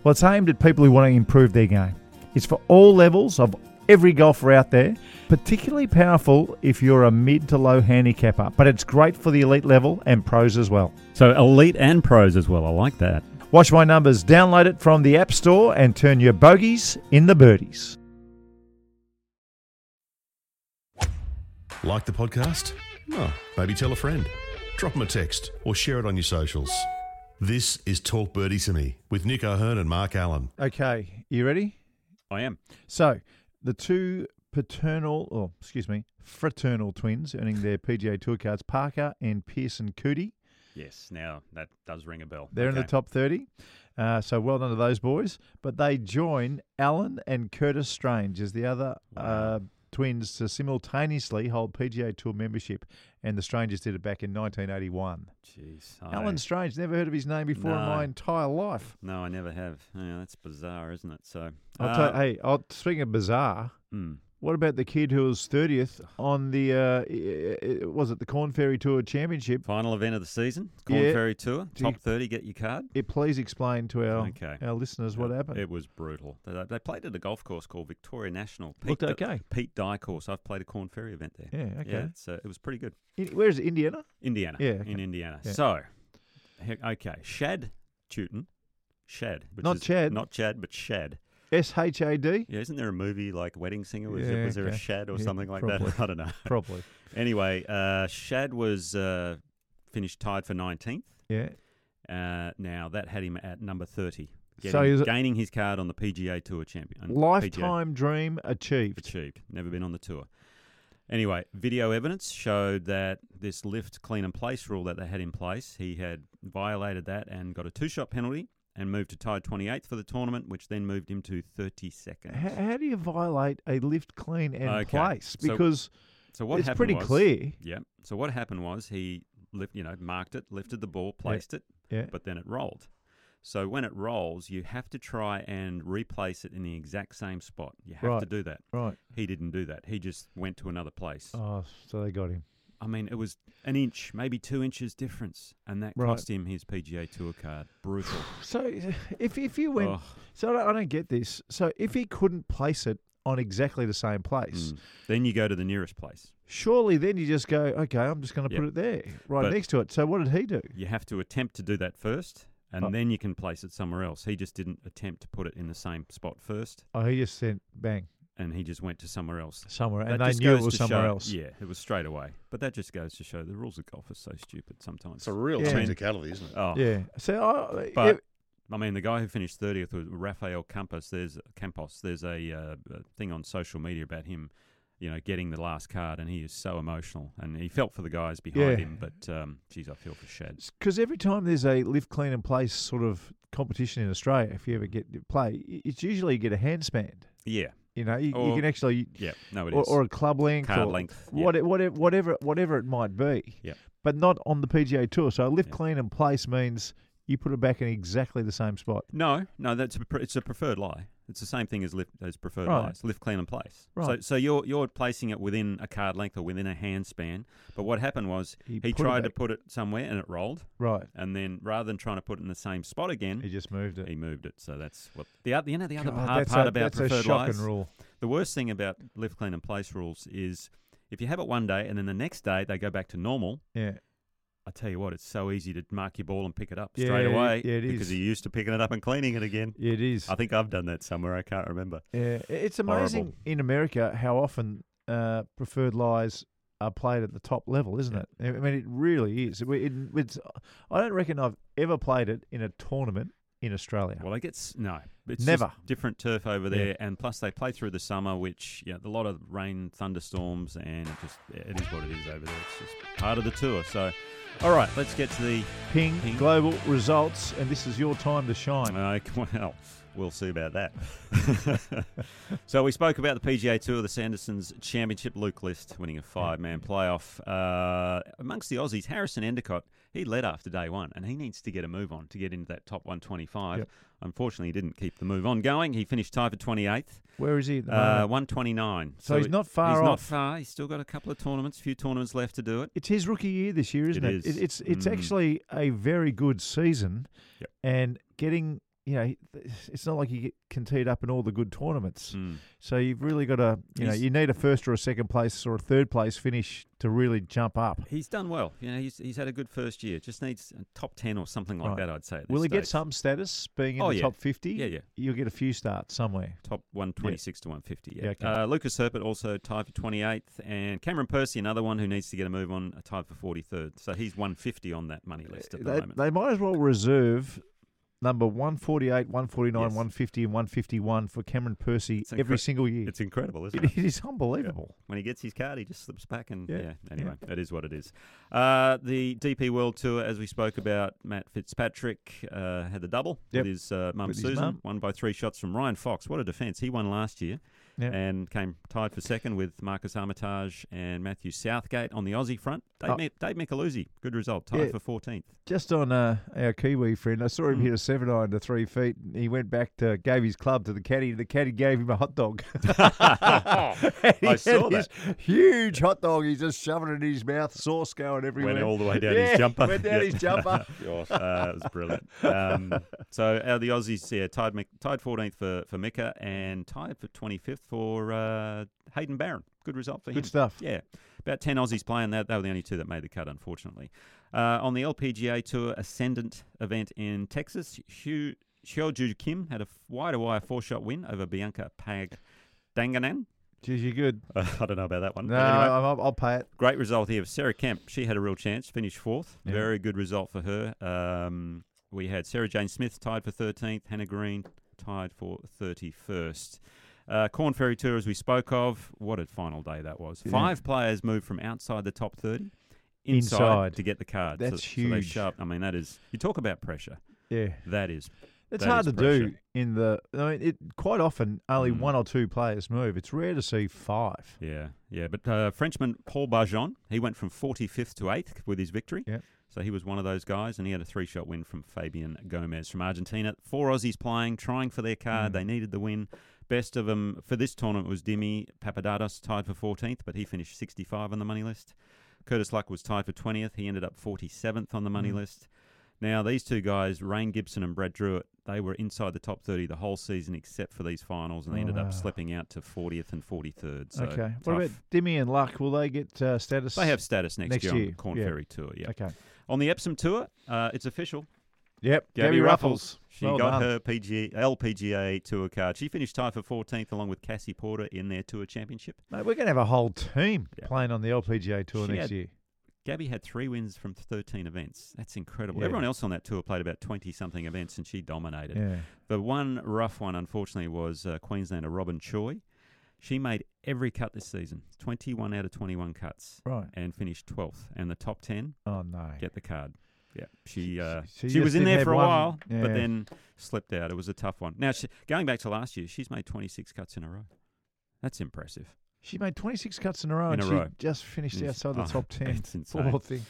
S3: Well, it's aimed at people who want to improve their game. It's for all levels of every golfer out there, particularly powerful if you're a mid to low handicapper, but it's great for the elite level and pros as well.
S2: So, elite and pros as well. I like that.
S3: Watch my numbers, download it from the App Store and turn your bogeys in the birdies.
S4: Like the podcast? Oh, maybe tell a friend. Drop them a text or share it on your socials. This is Talk Birdie to Me with Nick O'Hearn and Mark Allen.
S3: Okay, you ready?
S2: I am.
S3: So, the two paternal, or excuse me, fraternal twins earning their PGA Tour cards, Parker and Pearson Cootie.
S2: Yes, now that does ring a bell.
S3: They're in the top 30. Uh, so well done to those boys. But they join Alan and Curtis Strange as the other uh, twins to simultaneously hold PGA Tour membership. And the Strangers did it back in 1981.
S2: Jeez.
S3: Alan Strange, never heard of his name before in
S2: No.
S3: my entire life.
S2: No, I never have. Yeah, that's bizarre, isn't it? So, uh,
S3: I'll tell hey, I'll, speaking of bizarre,
S2: mm.
S3: what about the kid who was 30th on the, uh, i- i- was it the Corn Ferry Tour Championship?
S2: final event of the season, Corn
S3: Yeah.
S2: Ferry Tour,
S3: Do you-
S2: top 30, get your card.
S3: It, please explain to our,
S2: Okay.
S3: our listeners what
S2: Yeah,
S3: happened.
S2: It was brutal. They, they- they played at a golf course called Victoria National.
S3: Looked
S2: Di-
S3: okay.
S2: Pete Dye course. I've played a Corn Ferry event there.
S3: Yeah, okay.
S2: so it was pretty good.
S3: In- where is it, Indiana?
S2: Indiana.
S3: Yeah, okay.
S2: In Indiana.
S3: Yeah.
S2: So, he- okay. Shad Tutin. Shad. Which
S3: Not
S2: is-
S3: Chad.
S2: Not Chad, but Shad.
S3: S H A D?
S2: Yeah, isn't there a movie like Wedding Singer? Was, there,
S3: Yeah,
S2: was there
S3: okay.
S2: a Shad or
S3: Yeah,
S2: something like
S3: probably.
S2: that? I don't know.
S3: Probably.
S2: Anyway, uh, Shad was uh, finished tied for 19th.
S3: Yeah.
S2: Uh, now, that had him at number 30, getting,
S3: So is it-
S2: gaining his card on the PGA Tour champion. um, PGA
S3: Lifetime dream achieved.
S2: achieved. Never been on the tour. Anyway, video evidence showed that this lift, clean and place rule that they had in place, he had violated that and got a two shot penalty and moved to tied 28th for the tournament, which then moved him to 32nd.
S3: How, how do you violate a lift clean and
S2: Okay,
S3: place?
S2: so
S3: Because
S2: So what
S3: It's
S2: happened
S3: pretty
S2: was-
S3: clear.
S2: Yeah. So what happened was he lift, you know, marked it, lifted the ball, placed it,
S3: yeah,
S2: but then it rolled. So when it rolls, you have to try and replace it in the exact same spot. You have to
S3: Right.
S2: do that.
S3: right.
S2: He didn't do that. He just went to another place.
S3: Oh, so they got him.
S2: I mean, it was an inch, maybe two inches difference, and that
S3: Right.
S2: cost him his PGA Tour card. Brutal.
S3: So if if you went,
S2: Oh,
S3: so I don't, I don't get this. So if he couldn't place it on exactly the same place,
S2: mm. Then you go to the nearest place.
S3: surely then you just go, okay, I'm just going to
S2: Yep.
S3: put it there, right
S2: But-
S3: next to it. So what did he do?
S2: You have to attempt to do that first, and
S3: Oh.
S2: then you can place it somewhere else. He just didn't attempt to put it in the same spot first,
S3: Oh, he just sent bang
S2: and he just went to somewhere else.
S3: somewhere, and
S2: That
S3: they
S2: just
S3: knew it
S2: goes
S3: was
S2: to
S3: somewhere
S2: show-
S3: else.
S2: Yeah, it was straight away. But that just goes to show the rules of golf are so stupid sometimes.
S4: It's a real
S3: Yeah.
S4: technicality, isn't it?
S2: oh,
S3: Yeah. So I,
S2: But
S3: it-
S2: I mean, the guy who finished thirtieth was Rafael Campos. There's Campos. There's a, uh, a thing on social media about him, you know, getting the last card, and he is so emotional, and he felt for the guys behind
S3: Yeah.
S2: him. But um, geez, I feel for Shad.
S3: because every time there's a lift clean and place sort of competition in Australia, if you ever get to play, i- it's usually you get a handspanned.
S2: Yeah,
S3: You know, you, you
S2: Or-
S3: can actually,
S2: yeah. No, it is.
S3: or, or a club length,
S2: Card
S3: or
S2: length, yeah.
S3: what, whatever, whatever, whatever it might be.
S2: Yeah.
S3: But not on the PGA Tour. So a lift
S2: Yeah.
S3: clean and place means you put it back in exactly the same spot.
S2: no, no. That's a, pre- it's a preferred lie. It's the same thing as lift as preferred
S3: Right.
S2: lies. Lift, clean, and place.
S3: Right.
S2: So, so you're you're placing it within a card length or within a hand span. But what happened was
S3: He
S2: he,
S3: put it
S2: tried to
S3: back.
S2: put it somewhere and it rolled.
S3: Right.
S2: And then rather than trying to put it in the same spot again,
S3: He just moved it.
S2: he moved it. So that's what the oth- you know the other
S3: God,
S2: hard
S3: that's
S2: part
S3: a,
S2: about
S3: that's
S2: preferred
S3: a shocking
S2: lies.
S3: rule.
S2: The worst thing about lift clean and place rules is if you have it one day and then the next day they go back to normal.
S3: Yeah.
S2: I tell you what, it's so easy to mark your ball and pick it up
S3: Yeah,
S2: straight
S3: it-
S2: away
S3: yeah, it
S2: because
S3: is.
S2: you're used to picking it up and cleaning it again.
S3: It is.
S2: I think I've done that somewhere. I can't remember.
S3: Yeah, i- it's
S2: Horrible.
S3: amazing in America how often uh, preferred lies are played at the top level, isn't
S2: Yeah.
S3: it? I mean, it really is. It, it, it's, I don't reckon I've ever played it in a tournament in Australia.
S2: Well, I guess no. It's just
S3: Never.
S2: different turf over
S3: Yeah.
S2: there, and plus they play through the summer, which yeah, a lot of rain, thunderstorms, and it just it is what it is over there. It's just part of the tour. So, all right, let's get to the
S3: Ping,
S2: Ping.
S3: global results, and this is your time to shine.
S2: Uh, well, we'll see about that. so we spoke about the PGA Tour, the Sandersons Championship. Luke List winning a five-man playoff. Uh, amongst the Aussies, Harrison Endicott, he led after day one, and he needs to get a move on to get into that top 125.
S3: Yep.
S2: Unfortunately, he didn't keep the move on going. He finished tied for 28th,
S3: Where is he? At the
S2: uh,
S3: moment?
S2: 129.
S3: So he's
S2: it-
S3: not far
S2: He's not
S3: off.
S2: far. He's still got a couple of tournaments, a few tournaments left to do it.
S3: it's his rookie year this year, isn't
S2: It
S3: it?
S2: is.
S3: it's it's
S2: Mm.
S3: actually a very good season,
S2: Yep.
S3: and getting you know, it's not like you get, can tee it up in all the good tournaments.
S2: Mm.
S3: So you've really got to, you know,
S2: He's-
S3: you need a first or a second place or a third place finish to really jump up.
S2: He's done well. You know, he's, he's had a good first year. Just needs a top 10 or something like
S3: Right.
S2: that, I'd say. at this
S3: Will he get
S2: stage.
S3: some status being in
S2: Oh,
S3: the
S2: yeah.
S3: top 50?
S2: Yeah, yeah.
S3: You'll get a few starts somewhere.
S2: top 126 to 150. Yeah.
S3: Yeah, okay.
S2: uh, Lucas Herbert also tied for 28th, and Cameron Percy, another one who needs to get a move on, uh, tied for 43rd. So he's 150 on that money list at the
S3: Eh, they,
S2: moment.
S3: they might as well reserve number 148, 149,
S2: Yes.
S3: 150, and 151 for Cameron Percy
S2: It's
S3: every
S2: incre-
S3: single year.
S2: it's incredible, isn't it?
S3: It- it is unbelievable.
S2: When he gets his card, he just slips back and yeah.
S3: Yeah,
S2: anyway, that is what it is. Uh, the DP World Tour, as we spoke about, Matt Fitzpatrick uh, had the double
S3: Yep.
S2: with his uh, mum
S3: With his
S2: Susan,
S3: mum.
S2: won by three shots from Ryan Fox. What a defence! He won last year
S3: Yep.
S2: and came tied for second with Marcus Armitage and Matthew Southgate on the Aussie front. Dave,
S3: Oh.
S2: Mi- Dave Michelozzi, good result, tied
S3: Yeah.
S2: for 14th.
S3: Just on uh, our Kiwi friend, I saw him
S2: Mm.
S3: hit a seven iron to three feet. And he went back to gave his club to the caddy. The caddy gave him a hot dog. And he
S2: I
S3: had
S2: saw
S3: his Huge hot dog. He's just shoving it in his mouth. Sauce going everywhere.
S2: all the way down
S3: yeah,
S2: his jumper.
S3: Went down
S2: Yeah.
S3: his jumper.
S4: Gosh.
S2: uh, it was brilliant. Um, so uh, the Aussies yeah, tied Mick- tied 14th for, for Mika and tied for 25th for uh, Hayden Barron. Good result for him.
S3: Good stuff.
S2: Yeah, about 10 Aussies playing that. They were the only two that made the cut, unfortunately. Uh, on the LPGA Tour Ascendant event in Texas, Hugh Hyoju Kim had a wire to wire four shot win over Bianca Pag Danganan.
S3: Geez, you're good.
S2: I don't know about that one.
S3: No,
S2: But anyway.
S3: I'll, I'll pay it.
S2: Great result here. Sarah Kemp, she had a real chance, finished fourth.
S3: Yeah.
S2: Very good result for her. Um, we had Sarah Jane Smith tied for 13th, Hannah Green tied for 31st. Uh, Corn Ferry Tour, as we spoke of, what a final day that was.
S3: Yeah.
S2: Five players moved from outside the top 30 inside,
S3: Inside.
S2: to get the card. So-
S3: That's
S2: so they
S3: huge.
S2: sharp- I mean, that is, you talk about pressure.
S3: Yeah.
S2: That is.
S3: It's
S2: That
S3: hard to
S2: is pressure.
S3: do in the. I mean, it quite often only
S2: Mm.
S3: one or two players move. It's rare to see five.
S2: Yeah, yeah. But uh, Frenchman Paul Barjon, he went from 45th to 8th with his victory.
S3: Yep.
S2: So he was one of those guys, and he had a three shot win from Fabian Gomez from Argentina. Four Aussies playing, trying for their card.
S3: Mm.
S2: They needed the win. Best of them for this tournament was Dimi Papadatos, tied for 14th, but he finished 65 on the money list. Curtis Luck was tied for 20th. He ended up 47th on the money
S3: Mm.
S2: list. Now, these two guys, Rain Gibson and Brad Druitt, they were inside the top 30 the whole season except for these finals, and they ended
S3: Wow.
S2: up slipping out to 40th and 43rd. So
S3: okay.
S2: tough.
S3: What about Dimmy and Luck? Will they get uh, status?
S2: They have status next,
S3: Next
S2: year, on
S3: year,
S2: the Corn
S3: yeah.
S2: Ferry Tour. Yeah.
S3: Okay.
S2: On the Epsom Tour, uh, it's official.
S3: Yep.
S2: Gabby
S3: Gabby Ruffles.
S2: She
S3: Well
S2: got
S3: done.
S2: her PG, LPGA Tour card. She finished tied for 14th along with Cassie Porter in their Tour Championship.
S3: Mate, we're going to have a whole team
S2: Yeah.
S3: playing on the LPGA tour
S2: She
S3: next
S2: had-
S3: year.
S2: Gabby had three wins from 13 events. That's incredible.
S3: Yeah.
S2: Everyone else on that tour played about 20 something events and she dominated.
S3: Yeah.
S2: The one rough one, unfortunately, was uh, Queenslander Robin Choi. She made every cut this season 21 out of 21 cuts
S3: Right.
S2: and finished 12th. And the top 10
S3: Oh no.
S2: get the card. Yeah, she
S3: She-
S2: uh,
S3: she
S2: she was
S3: just
S2: in
S3: didn't
S2: there
S3: have
S2: for a
S3: one-
S2: while, but
S3: yeah.
S2: then slipped out. It was a tough one. Now she, going back to last year, she's made 26 cuts in a row. That's impressive.
S3: She made 26 cuts in a row
S2: In
S3: and
S2: a
S3: she
S2: row.
S3: just finished
S2: Yes.
S3: outside the
S2: Oh,
S3: top 10.
S2: it's insane.
S3: Poor thing.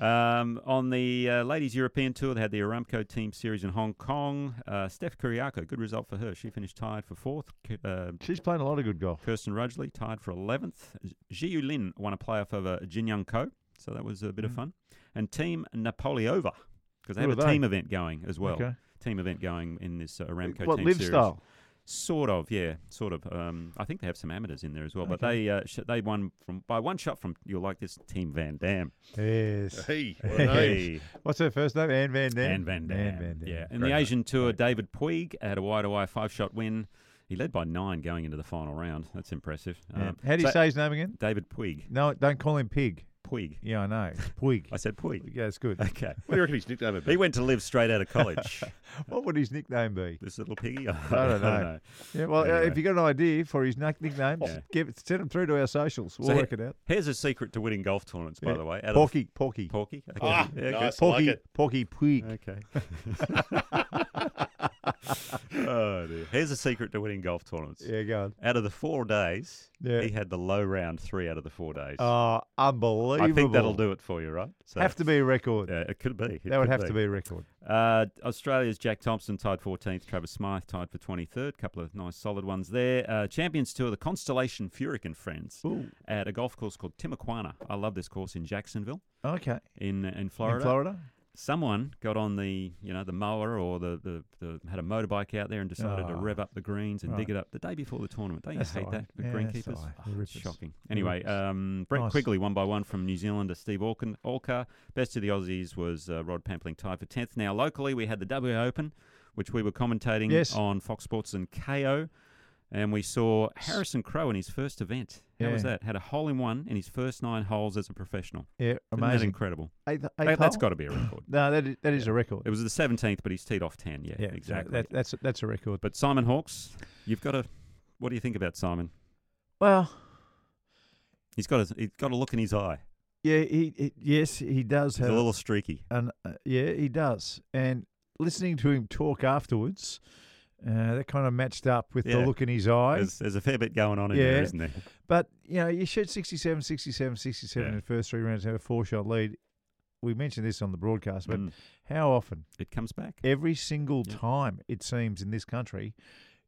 S2: Um, on the uh, ladies European tour, they had the Aramco Team Series in Hong Kong. Uh, Steph Kiriako, good result for her. She finished tied for fourth. K- Uh,
S3: She's playing a lot of good golf.
S2: Kirsten Rudgley tied for 11th. Ji Yu Lin won a playoff over Jin Young Ko, so that was a bit of
S3: Mm.
S2: fun. And Team Napoliova, because they
S3: Who
S2: have a
S3: are they?
S2: team event going as well.
S3: okay.
S2: Team event going in this uh, Aramco
S3: what
S2: Team
S3: live
S2: Series.
S3: style?
S2: Sort of, yeah, sort of. Um, I think they have some amateurs in there as well, but
S3: Okay.
S2: they uh, sh- they won from by one shot from you'll like this team Van Dam.
S3: Yes.
S4: Hey, what a name.
S3: What's her first name? Anne Van Dam.
S2: and Van Dam,
S3: Anne Van Dam.
S2: yeah. In
S4: Great
S2: the
S4: name.
S2: Asian Tour, David Puig had a wide away five shot win. He led by nine going into the final round. That's impressive.
S3: Yeah.
S2: Um,
S3: How do you
S2: so-
S3: say his name again?
S2: David Puig?
S3: No, don't call him Pig.
S2: Puig.
S3: Yeah, I know. Puig.
S2: I said Puig.
S3: yeah, it's good.
S2: Okay.
S4: What do you reckon his nickname would be?
S2: He went to live straight out of college.
S3: What would his nickname be?
S2: this little piggy. I
S3: don't know. Yeah, well, uh,
S2: Anyway.
S3: if you got an idea for his nick- nickname,
S2: Yeah.
S3: give it, send them through to our socials. We'll
S2: So he-
S3: work it out.
S2: Here's a secret to winning golf tournaments, by
S3: Yeah.
S2: the way. Out of
S3: Porky, Porky,
S2: Porky. Okay.
S4: Ah,
S2: Yeah, good.
S4: nice. I like
S3: Porky,
S4: it.
S3: Porky Uh, Puig.
S2: Okay. oh dear. Here's a secret to winning golf tournaments.
S3: Yeah, go on.
S2: Out of the four days,
S3: Yeah.
S2: he had the low round three out of the four days.
S3: Oh, unbelievable!
S2: I think that'll do it for you, right? So,
S3: Have to be a record.
S2: Yeah, it could be. It
S3: that would
S2: could
S3: have to be a record.
S2: Uh, Australia's Jack Thompson tied 14th, Travis Smythe tied for 23rd. Couple of nice solid ones there. Uh, Champions Tour, the Constellation Furican Friends
S3: Ooh.
S2: at a golf course called Timaquana. I love this course in Jacksonville,
S3: Okay.
S2: in in
S3: In Florida.
S2: someone got on the you know the mower or the, the, the had a motorbike out there and decided to
S3: Ah,
S2: rev up the greens and dig
S3: right.
S2: it up the day before the tournament. Don't you
S3: That's
S2: hate
S3: all
S2: that?
S3: right.
S2: The
S3: Yeah, that's
S2: greenkeepers,
S3: all right.
S2: Oh,
S3: The
S2: it's
S3: rippers.
S2: shocking.
S3: The
S2: Anyway,
S3: rippers.
S2: um, Brett
S3: Nice.
S2: Quigley one by one from New Zealander Steve Alkin, Alka. Best of the Aussies was uh, Rod Pampling tied for tenth. Now locally we had the WA Open, which we were commentating
S3: Yes.
S2: on Fox Sports and KO. And we saw Harrison Crow in his first event. How was
S3: Yeah.
S2: that? Had a hole in one in his first nine holes as a professional.
S3: Yeah,
S2: Isn't that
S3: amazing.
S2: incredible?
S3: Eighth,
S2: That,
S3: eighth
S2: that's
S3: hole?
S2: got to be a record.
S3: No, that is, that is a record.
S2: It was the seventeenth, but he's teed off ten. Yeah,
S3: yeah, so
S2: exactly.
S3: That, that's that's a record.
S2: but Simon Hawks, you've got to. What do you think about Simon?
S3: Well,
S2: He's got a, he's got a look in his eye.
S3: yeah, he, he yes, he does
S2: He's
S3: have
S2: a little streaky.
S3: And uh, yeah, he does. And listening to him talk afterwards, uh, that kind of matched up with
S2: Yeah.
S3: the look in his eye.
S2: There's, there's a fair bit going on in there,
S3: Yeah.
S2: isn't there?
S3: But you know, you shoot 67, 67, 67
S2: Yeah.
S3: in the first three rounds, have a four shot lead. We mentioned this on the broadcast, but
S2: Mm.
S3: how often?
S2: It comes back.
S3: Every single
S2: Yeah.
S3: time it seems in this country,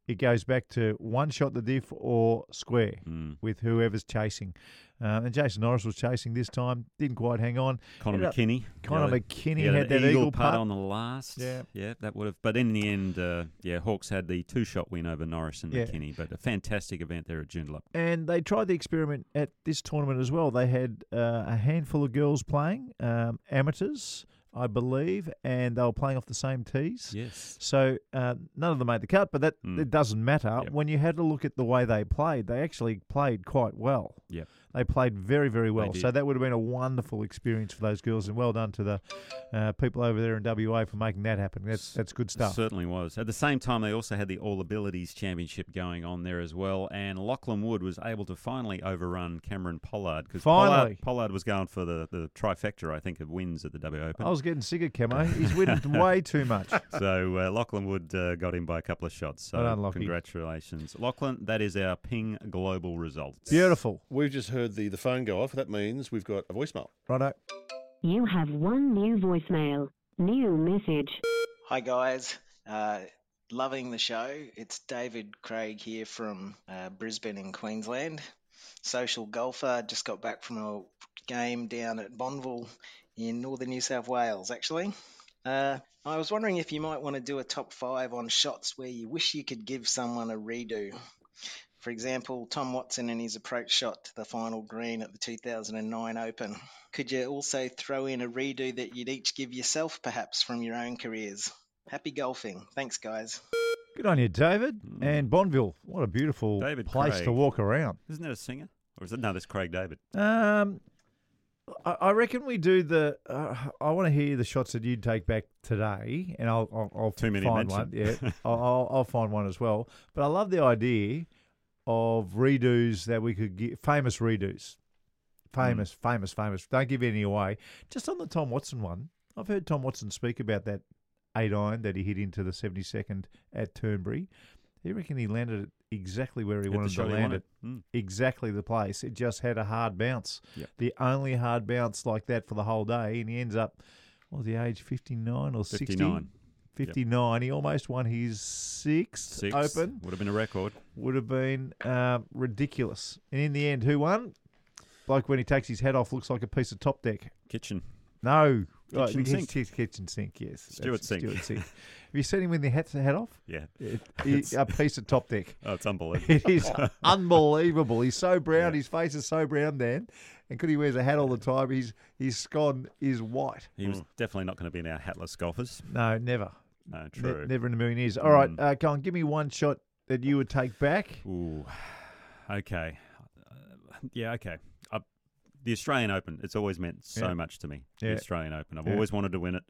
S3: it goes back to one shot the diff or square
S2: Mm.
S3: with whoever's chasing. Uh, and Jason Norris was chasing this time, didn't quite hang on. uh,
S2: Connor
S3: Ended up-
S2: McKinney.
S3: Connor
S2: Yeah,
S3: McKinney
S2: he
S3: had,
S2: an
S3: that eagle, putt.
S2: on the last.
S3: Yeah.
S2: yeah, that would have. But in the end, uh, yeah, Hawks had the two-shot win over Norris and
S3: Yeah.
S2: McKinney. But a fantastic event there at Joondalup.
S3: and they tried the experiment at this tournament as well. They had uh, a handful of girls playing, um, amateurs. I believe, and they were playing off the same tees.
S2: Yes.
S3: So uh, none of them made the cut, but that
S2: Mm.
S3: it doesn't matter.
S2: Yep.
S3: When you had a look at the way they played, they actually played quite well.
S2: Yep.
S3: They played very, very well.
S2: did.
S3: So that would have been a wonderful experience for those girls, and well done to the uh, people over there in WA for making that happen. That's that's good stuff.
S2: Certainly was. At the same time, they also had the All Abilities Championship going on there as well, and Lachlan Wood was able to finally overrun Cameron Pollard because
S3: Finally.
S2: Pollard, Pollard was going for the, the trifecta, I think, of wins at the W Open.
S3: I was getting sick of Camo. He's winning way too much.
S2: so uh, Lachlan Wood uh, got him by a couple of shots. So
S3: Well done, Lachie.
S2: congratulations, Lachlan. That is our Ping Global results.
S3: Beautiful.
S4: We've just heard the, the phone go off. That means we've got a voicemail.
S3: Righto.
S7: You have one new voicemail. New message.
S8: Hi, guys. Uh, loving the show. It's David Craig here from uh, Brisbane in Queensland. Social golfer. Just got back from a game down at Bonville in northern New South Wales, actually. Uh, I was wondering if you might want to do a top five on shots where you wish you could give someone a redo. For example, Tom Watson and his approach shot to the final green at the 2009 Open. Could you also throw in a redo that you'd each give yourself, perhaps, from your own careers? Happy golfing. Thanks, guys.
S3: Good on you, David. And Bonville, what a beautiful
S2: Hmm. David
S3: place to
S2: Craig.
S3: walk around.
S2: Isn't that a singer? Or is it no? That's Craig David.
S3: Um, I, I reckon we do the. Uh, I want to hear the shots that you'd take back today, and I'll I'll, I'll
S2: Too many
S3: find one.
S2: mentioned.
S3: Yeah, I'll, I'll I'll find one as well. But I love the idea of redos that we could get famous redos, famous,
S2: Mm.
S3: famous, famous. Don't give any away. Just on the Tom Watson one, I've heard Tom Watson speak about that eight iron that he hit into the seventy second at Turnberry. He reckon he landed it exactly where he
S2: Hit the
S3: wanted to
S2: shot he
S3: land
S2: wanted.
S3: it
S2: Mm.
S3: exactly the place. It just had a hard bounce.
S2: Yep.
S3: The only hard bounce like that for the whole day, and he ends up, what was the age, 59 or 60?
S2: 59.
S3: 59. He almost won his sixth
S2: Six
S3: open.
S2: would have been a record.
S3: Would have been um, ridiculous. And in the end, who won? Bloke, when he takes his hat off, looks like a piece of top deck.
S2: Kitchen.
S3: No. Right,
S2: Kitchen
S3: his-
S2: sink.
S3: his kitchen sink, yes. that's
S2: Stuart
S3: it,
S2: sink.
S3: Stuart sink. Have you seen him with the hat, hat off?
S2: Yeah.
S3: It- he- a piece of top deck.
S2: Oh, it's unbelievable.
S3: It is unbelievable. He's so brown. His face is so brown, Dan. And because he wears a hat all the time, his his scon is white.
S2: he was definitely not going to be in our hatless golfers.
S3: No, never.
S2: No,
S3: Ne-
S2: true.
S3: never in a million years. All right, uh, go on. Give me one shot that you would take back.
S2: Ooh, okay. Uh, yeah, okay. I, the Australian Open, it's always meant so
S3: Yeah.
S2: much to me.
S3: Yeah.
S2: The Australian Open. I've
S3: Yeah.
S2: always wanted to win it.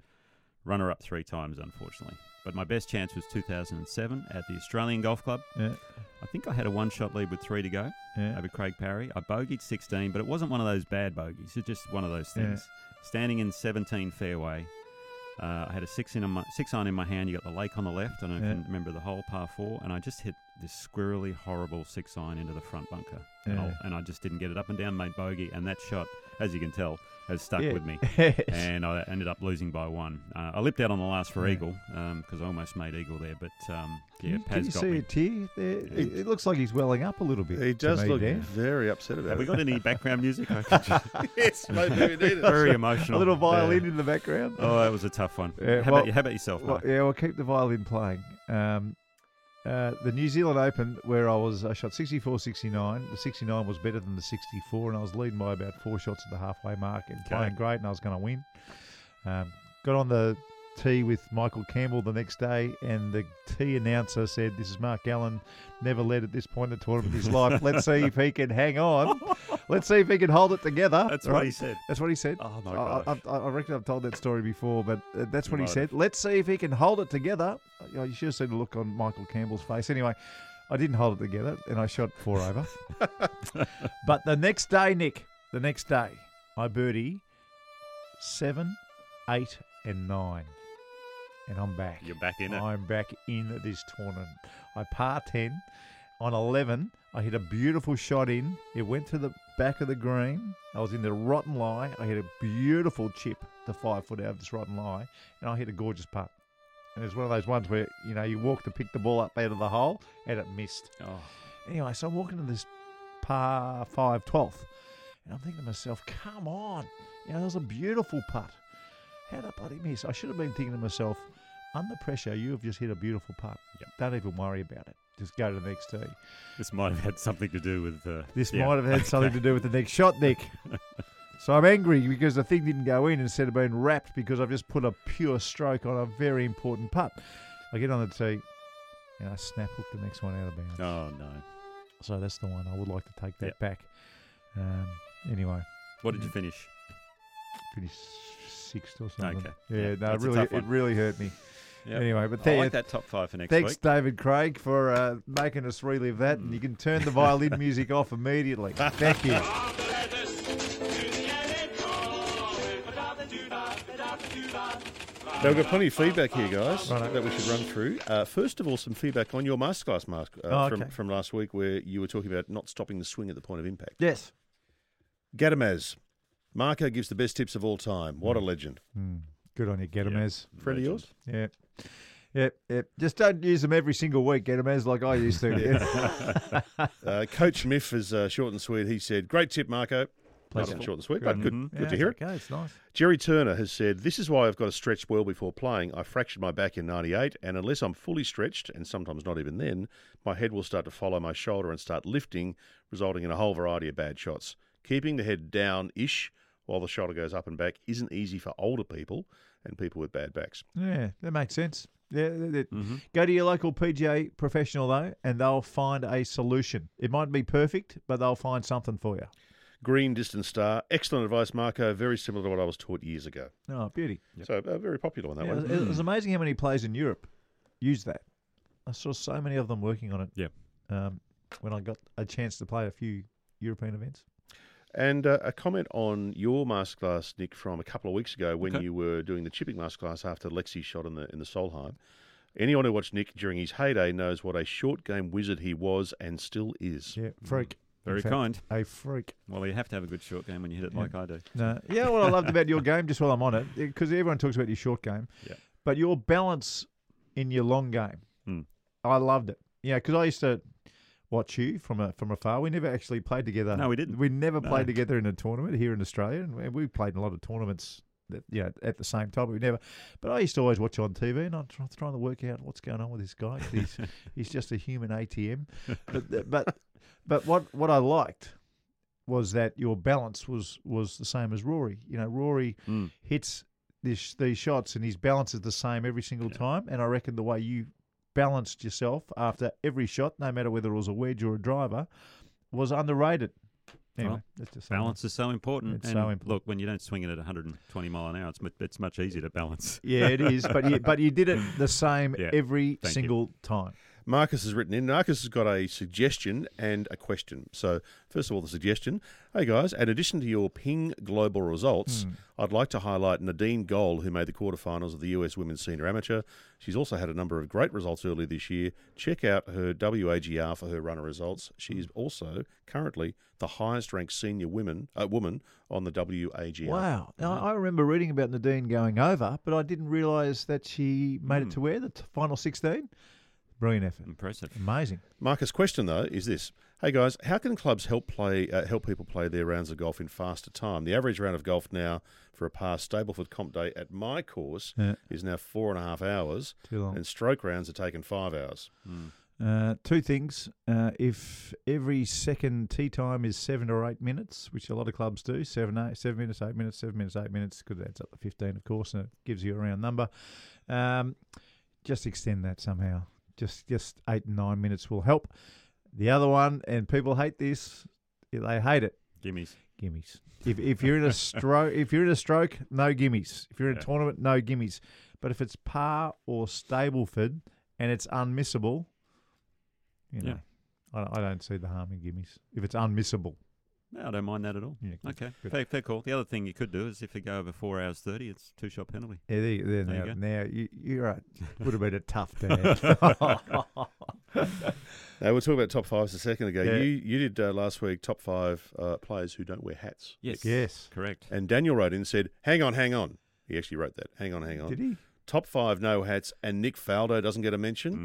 S2: Runner up three times, unfortunately. But my best chance was 2007 at the Australian Golf Club.
S3: Yeah,
S2: I think I had a one shot lead with three to go
S3: yeah.
S2: over Craig Parry. I bogeyed 16, but it wasn't one of those bad bogeys. It's just one of those
S3: Yeah.
S2: things. Standing in 17 fairway, uh, I had a six in on my, six iron in my hand. You got the lake on the left. I don't know if
S3: Yeah.
S2: you remember the whole par four, and I just hit this squirrely, horrible six iron into the front bunker, and,
S3: Yeah.
S2: I'll- and I just didn't get it up and down, made bogey, and that shot, as you can tell, has stuck
S3: Yeah.
S2: with me.
S3: Yes.
S2: And I ended up losing by one. Uh, I lipped out on the last for
S3: Yeah.
S2: eagle because I almost made eagle there, but um, yeah,
S3: Can you- can
S2: Paz
S3: you
S2: got
S3: see
S2: me.
S3: a tear? There? It, it looks like he's welling up a little bit. to
S5: He does
S3: me,
S5: look
S3: Dan.
S5: very upset about
S2: Have we
S5: it.
S2: got any background music? I can just-
S5: yes, maybe we need it.
S2: Very
S3: a
S2: emotional.
S3: little violin
S2: Yeah.
S3: in the background.
S2: Oh, that was a tough one.
S3: Yeah,
S2: how,
S3: well-
S2: about, you- how about yourself,
S3: Well,
S2: Mark?
S3: yeah, we'll keep the violin playing. Um, uh, the New Zealand Open, where I was, I shot 64 69. The 69 was better than the 64, and I was leading by about four shots at the halfway mark and
S2: Okay.
S3: playing great, and I was going to win. Um, got on the tee with Michael Campbell the next day, and the tee announcer said, This is Mark Allen, never led at this point in the tournament in his life. Let's see if he can hang on. Let's see if he can hold it together.
S2: That's
S3: All
S2: what he said.
S3: That's what he said.
S2: Oh, my
S3: I- I,
S2: gosh.
S3: I, I reckon I've told that story before, but uh, that's
S2: You
S3: what he
S2: might
S3: said.
S2: have.
S3: Let's see if he can hold it together. You, know, you should have seen the look on Michael Campbell's face. Anyway, I didn't hold it together, and I shot four over. but the next day, Nick, the next day, I birdie seven, eight, and nine, and I'm back.
S2: You're back in it.
S3: I'm back in this tournament. I par 10 on 11. I hit a beautiful shot in. It went to the back of the green. I was in the rotten lie. I hit a beautiful chip to five foot out of this rotten lie, and I hit a gorgeous putt. And it's one of those ones where you know you walk to pick the ball up out of the hole, and it missed.
S2: Oh,
S3: Anyway, so I'm walking to this par 5 12th, and I'm thinking to myself, come on. You know, that was a beautiful putt. How did I bloody miss? I should have been thinking to myself, under pressure, you have just hit a beautiful putt.
S2: Yep.
S3: Don't even worry about it. Just go to the next tee.
S2: this might have had something to do with. Uh,
S3: This
S2: yeah.
S3: might have had something to do with the next shot, Nick. So I'm angry because the thing didn't go in instead of being wrapped because I've just put a pure stroke on a very important putt. I get on the tee and I snap hook the next one out of
S2: Oh
S3: bounds.
S2: no!
S3: So that's the one. I would like to take that
S2: Yep.
S3: back. Um, anyway,
S2: What did you
S3: Mm.
S2: finish?
S3: finished sixth or something.
S2: Okay.
S3: Yeah,
S2: Yeah,
S3: no, it
S2: that's a
S3: really,
S2: tough
S3: it
S2: one.
S3: really hurt me.
S2: Yep.
S3: Anyway, but
S2: I
S3: there,
S2: like that top five for next
S3: thanks,
S2: week. Mm.
S3: David Craig, for uh, making us relive that. And you can turn the violin music off immediately. Thank you.
S5: Now, we've got plenty of feedback here, guys,
S3: Righto.
S5: that we should run through. Uh, first of all, some feedback on your masterclass, Mark, uh,
S3: Oh,
S5: from,
S3: okay.
S5: from last week, where you were talking about not stopping the swing at the point of impact.
S3: Yes.
S5: Gadamaz, Marco gives the best tips of all time. What a legend.
S3: Good on you, Gedamez.
S5: Friend of yours?
S3: Yeah. Yep, yep. Just don't use them every single week, Gedamez, like I used to.
S5: Uh, Coach Miff is uh, short and sweet. He said, Great tip, Marco. That's not short and sweet, but good,
S2: Mm.
S3: Mm-hmm.
S5: good to hear it.
S3: Okay, it's nice.
S5: Jerry Turner has said, This is why I've got to stretch well before playing. I fractured my back in 98, and unless I'm fully stretched, and sometimes not even then, my head will start to follow my shoulder and start lifting, resulting in a whole variety of bad shots. Keeping the head down ish while the shoulder goes up and back isn't easy for older people and people with bad backs.
S3: Yeah, that makes sense. Yeah, that- that- go to your local PGA professional though, and they'll find a solution. It might be perfect, but they'll find something for you.
S5: Green Distant Star, excellent advice, Marco. Very similar to what I was taught years ago.
S3: Oh, beauty!
S5: So, uh, very popular on that
S3: Yeah, it,
S5: one.
S3: was, it was amazing how many players in Europe use that. I saw so many of them working on it.
S2: Yep.
S3: Um, when I got a chance to play a few European events.
S5: And uh, a comment on your masterclass, Nick, from a couple of weeks ago when
S2: Okay.
S5: you were doing the chipping masterclass after Lexi shot in the in the Solheim. Anyone who watched Nick during his heyday knows what a short game wizard he was and still is.
S3: Yeah, freak. In
S2: Very
S3: fact,
S2: kind.
S3: A freak.
S2: Well, you have to have a good short game when you hit it like I do.
S3: No. Yeah, what I loved about your game, just while I'm on it, because everyone talks about your short game,
S2: Yep.
S3: but your balance in your long game,
S2: Hmm.
S3: I loved it. Yeah, because I used to watch you from a, from afar. We never actually played together.
S2: No, we didn't.
S3: We never
S2: No.
S3: played together in a tournament here in Australia, and we- we played in a lot of tournaments. That, you know, at the same time, but we never. But I used to always watch you on TV, and I'm try, trying to work out what's going on with this guy. 'cause He's he's just a human ATM. But but but what what I liked was that your balance was was the same as Rory. You know, Rory
S2: Mm.
S3: hits this these shots and his balance is the same every single time. And I reckon the way you balanced yourself after every shot, no matter whether it was a wedge or a driver, was underrated. Anyway,
S2: Well,
S3: that's just something.
S2: Balance is so important.
S3: It's
S2: and
S3: so important.
S2: Look, when you don't swing it at 120 mile an hour, it's, mu- it's much easier to balance.
S3: Yeah, it is. But you, but you did it the same
S2: Yeah,
S3: every
S2: thank you.
S3: single time.
S5: Marcus has written in. Marcus has got a suggestion and a question. So, first of all, the suggestion. Hey guys, in addition to your Ping Global results, I'd like to highlight Nadine Gold, who made the quarterfinals of the US Women's Senior Amateur. She's also had a number of great results earlier this year. Check out her WAGR for her runner results. She is also currently the highest ranked senior women uh, woman on the WAGR.
S3: Wow. Now, I remember reading about Nadine going over, but I didn't realise that she made
S2: Hmm.
S3: it to where? The t- final 16? Brilliant effort.
S2: Impressive.
S3: Amazing.
S5: Marcus' question though is this: Hey guys, how can clubs help play uh, help people play their rounds of golf in faster time? The average round of golf now for a past Stableford Comp Day at my course
S3: Yeah.
S5: is now four and a half hours,
S3: Too long.
S5: and stroke rounds are taking five hours.
S3: Uh, two things. Uh, if every second tea time is seven or eight minutes, which a lot of clubs do, seven, eight, seven minutes, eight minutes, seven minutes, eight minutes, because that's up to 15, of course, and it gives you a round number. Um, just extend that somehow. Just, just eight, nine minutes will help. The other one, and people hate this, they hate it.
S2: Gimmies.
S3: gimmies. If, if you're in a stroke, if you're in a stroke, no gimmies. If you're in a tournament, no gimmies. But if it's par or Stableford and it's unmissable, you know,
S2: Yeah.
S3: I, don't- I don't see the harm in gimmies. If it's unmissable,
S2: No, I don't mind that at all.
S3: Yeah, good,
S2: okay,
S3: good.
S2: Fair, fair call. The other thing you could do is if you go over four hours thirty, it's two shot penalty.
S3: yeah, there, you- there,
S2: There you
S3: now,
S2: go.
S3: now you, you're right. Would have been a tough day.
S5: Now we're talking about top fives a second ago.
S3: Yeah.
S5: You you did uh, last week top five uh, players who don't wear hats,
S2: Yes.
S3: Yes.
S2: Correct.
S5: and Daniel wrote in and said, "Hang on, hang on." He actually wrote that. Hang on, hang on.
S3: Did he?
S5: Top five no hats, and Nick Faldo doesn't get a mention.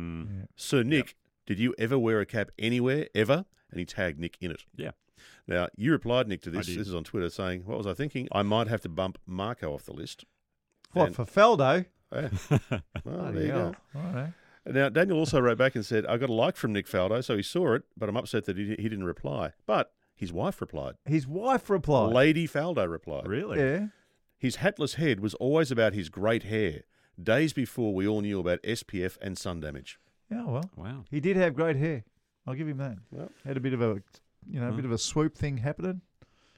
S2: Mm,
S5: Sir Nick, did you ever wear a cap anywhere, ever? And he tagged Nick in it.
S2: yeah.
S5: Now, you replied, Nick, to
S2: I
S5: this.
S2: did.
S5: This is on Twitter saying, What was I thinking? I might have to bump Marco off the list.
S3: What
S5: And-
S3: for Feldo?
S5: Yeah. well, Oh, there
S3: Bloody
S5: you go.
S3: hell. I know.
S5: Now, Daniel also wrote back and said, I got a like from Nick Faldo, so he saw it, but I'm upset that he, he didn't reply. But His wife replied.
S3: His wife replied.
S5: Lady Faldo replied.
S2: Really?
S3: Yeah.
S5: His hatless head was always about his great hair, days before we all knew about SPF and sun damage.
S3: Yeah, well.
S2: Wow.
S3: He did have great hair. I'll give him that.
S5: Well.
S3: Had a bit of a, you know, a
S2: Hmm.
S3: bit of a swoop thing happening.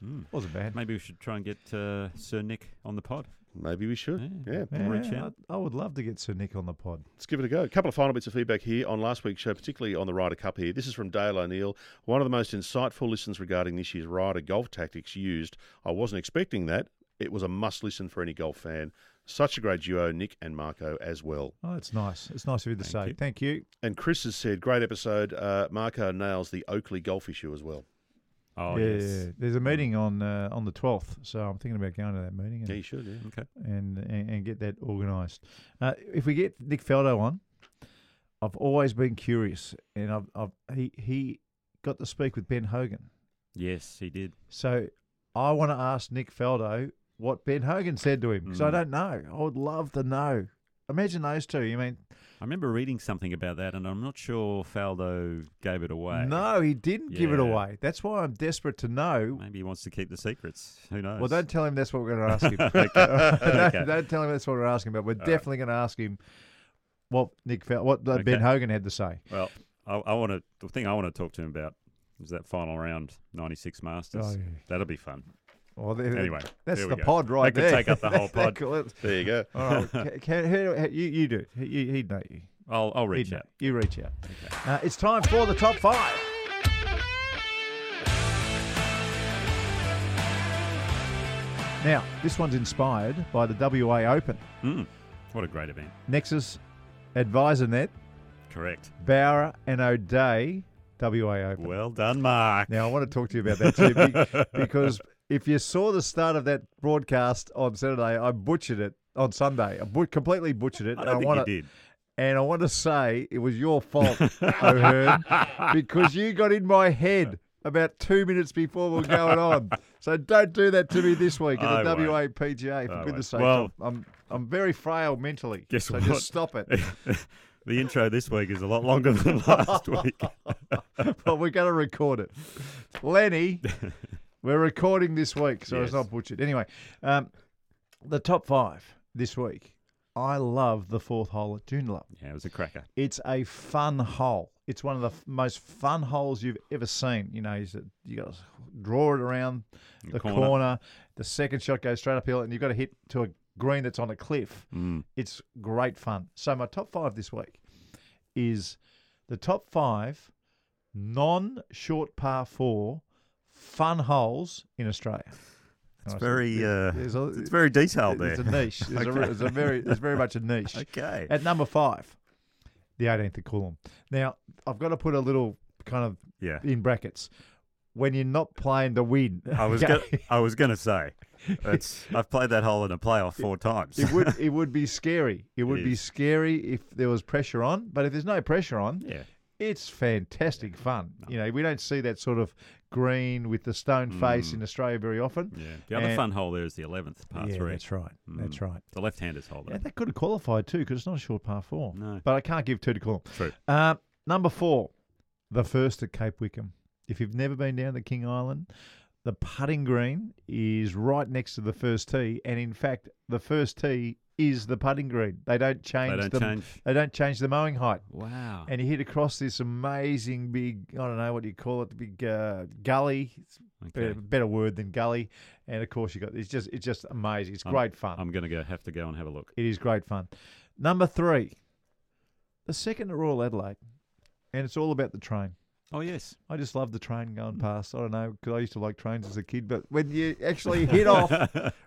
S2: Mm.
S3: Wasn't bad.
S2: Maybe we should try and get uh, Sir Nick on the pod.
S5: Maybe we should.
S2: Yeah.
S5: yeah.
S3: Yeah,
S2: reach out.
S3: I, I would love to get Sir Nick on the pod.
S5: Let's give it a go. A couple of final bits of feedback here on last week's show, particularly on the Ryder Cup here. This is from Dale O'Neill. One of the most insightful listens regarding this year's Ryder golf tactics used. I wasn't expecting that. It was a must listen for any golf fan. Such a great duo, Nick and Marco, as well.
S3: Oh, that's nice. It's nice of you to
S2: Thank
S3: say.
S2: you.
S3: Thank you.
S5: And Chris has said, great episode. Uh, Marco nails the Oakley golf issue as well.
S2: Oh,
S3: yeah,
S2: yes.
S3: There's a meeting on uh, on the 12th, so I'm thinking about going to that meeting and
S5: Yeah, you should. Yeah.
S2: Okay.
S3: and, and, and get that organised. Uh, if we get Nick Faldo on, I've always been curious, and I've, I've he he got to speak with Ben Hogan,
S2: Yes, he did.
S3: so I want to ask Nick Faldo what Ben Hogan said to him because I
S2: Mm.
S3: don't know. I would love to know. Imagine those two. You mean
S2: I remember reading something about that, and I'm not sure Faldo gave it away.
S3: no? He didn't give it
S2: Yeah.
S3: away. That's why I'm desperate to know.
S2: Maybe he wants to keep the secrets. Who knows?
S3: Well, don't tell him that's what we're going to ask him.
S2: Okay.
S3: don't, don't tell him that's what we're asking about. We're definitely going to ask him what Nick Fel- what uh, Ben
S2: Okay.
S3: Hogan had to say.
S2: Well, I, I want to. The thing I want to talk to him about is that final round, '96 Masters.
S3: Oh, yeah.
S2: That'll be fun.
S3: Well, there-
S2: Anyway,
S3: that's
S2: there
S3: the
S2: we go.
S3: pod right
S2: That could
S3: there.
S2: take up the whole pod.
S3: Cool.
S5: There you go.
S3: All right, can, can, who- who- you, you do it. He- You, he'd know you.
S2: I'll, I'll
S3: He'd
S2: reach
S3: know.
S2: out.
S3: You reach out. Uh, it's time for the top five. Now, this one's inspired by the WA Open.
S2: Mm, what a great event.
S3: Nexus Advisor Net
S2: Correct.
S3: Bauer and O'Day WA Open.
S2: Well done, Mark.
S3: Now, I want to talk to you about that too, be- because if you saw the start of that broadcast on Saturday, I butchered it on Sunday. I but- completely butchered it.
S2: I
S3: and
S2: don't think
S3: wanna,
S2: you did.
S3: And I want to say it was your fault, O'Hearn, because you got in my head about two minutes before we were going on. So don't do that to me this week
S2: I
S3: at the
S2: won't.
S3: WAPGA, for
S2: I
S3: goodness sake.
S2: won't. Well-
S3: I'm, I'm very frail mentally.
S2: Guess
S3: so
S2: what?
S3: just stop it.
S2: the intro this week is a lot longer than last week.
S3: but we're going to record it. Lenny, we're recording this week, so
S2: Yes.
S3: it's not butchered. Anyway, um, the top five this week. I love the fourth hole at Joondalup.
S2: Yeah, it was a cracker.
S3: It's a fun hole. It's one of the f- most fun holes you've ever seen. You know, you you got to draw it around the corner.
S2: corner.
S3: The second shot goes straight uphill, and you've got to hit to a green that's on a cliff.
S2: Mm.
S3: It's great fun. So my top five this week is the top five non-short par four fun holes in Australia.
S2: It's
S3: Nice.
S2: very, uh,
S3: There's a-
S2: it's very detailed there.
S3: It's a niche. It's, a, it's a very, it's very much a niche.
S2: okay.
S3: At number five, the 18th of Coolum. Now, I've got to put a little kind of
S2: Yeah.
S3: in brackets when you're not playing to win.
S2: I was
S3: okay?
S2: gonna, I was gonna say, it's, I've played that hole in a playoff four times.
S3: It would it would be scary. It would be
S2: is.
S3: scary if there was pressure on, but if there's no pressure on,
S2: yeah.
S3: it's fantastic fun. You know, we don't see that sort of green with the stone face in Australia very often.
S2: Mm. Yeah. The other
S3: And-
S2: fun hole there is the eleventh, par
S3: yeah,
S2: three. Mm.
S3: that's right. That's right.
S2: The left-handers hole.
S3: Yeah,
S2: There.
S3: that could have qualified too because it's not a short par four.
S2: No.
S3: But I can't give two to Coolum.
S2: True.
S3: Uh, number four, the first at Cape Wickham. If you've never been down to King Island, the putting green is right next to the first tee, and in fact, the first tee is the putting green. They don't change.
S2: don't
S3: the,
S2: change. Ah.
S3: They don't change the mowing height.
S2: Wow.
S3: And you hit across this amazing big, I don't know what do you call it, the big uh, gully. It's a
S2: Okay.
S3: better, better word than gully. And of course, you got it's just it's just amazing. It's
S2: I'm-
S3: great fun.
S2: I'm gonna go have to go and have a look.
S3: It is great fun. Number three, the second at Royal Adelaide, and it's all about the train.
S2: Oh yes.
S3: I just love the train going past. I don't know because I used to like trains as a kid, but when you actually hit off,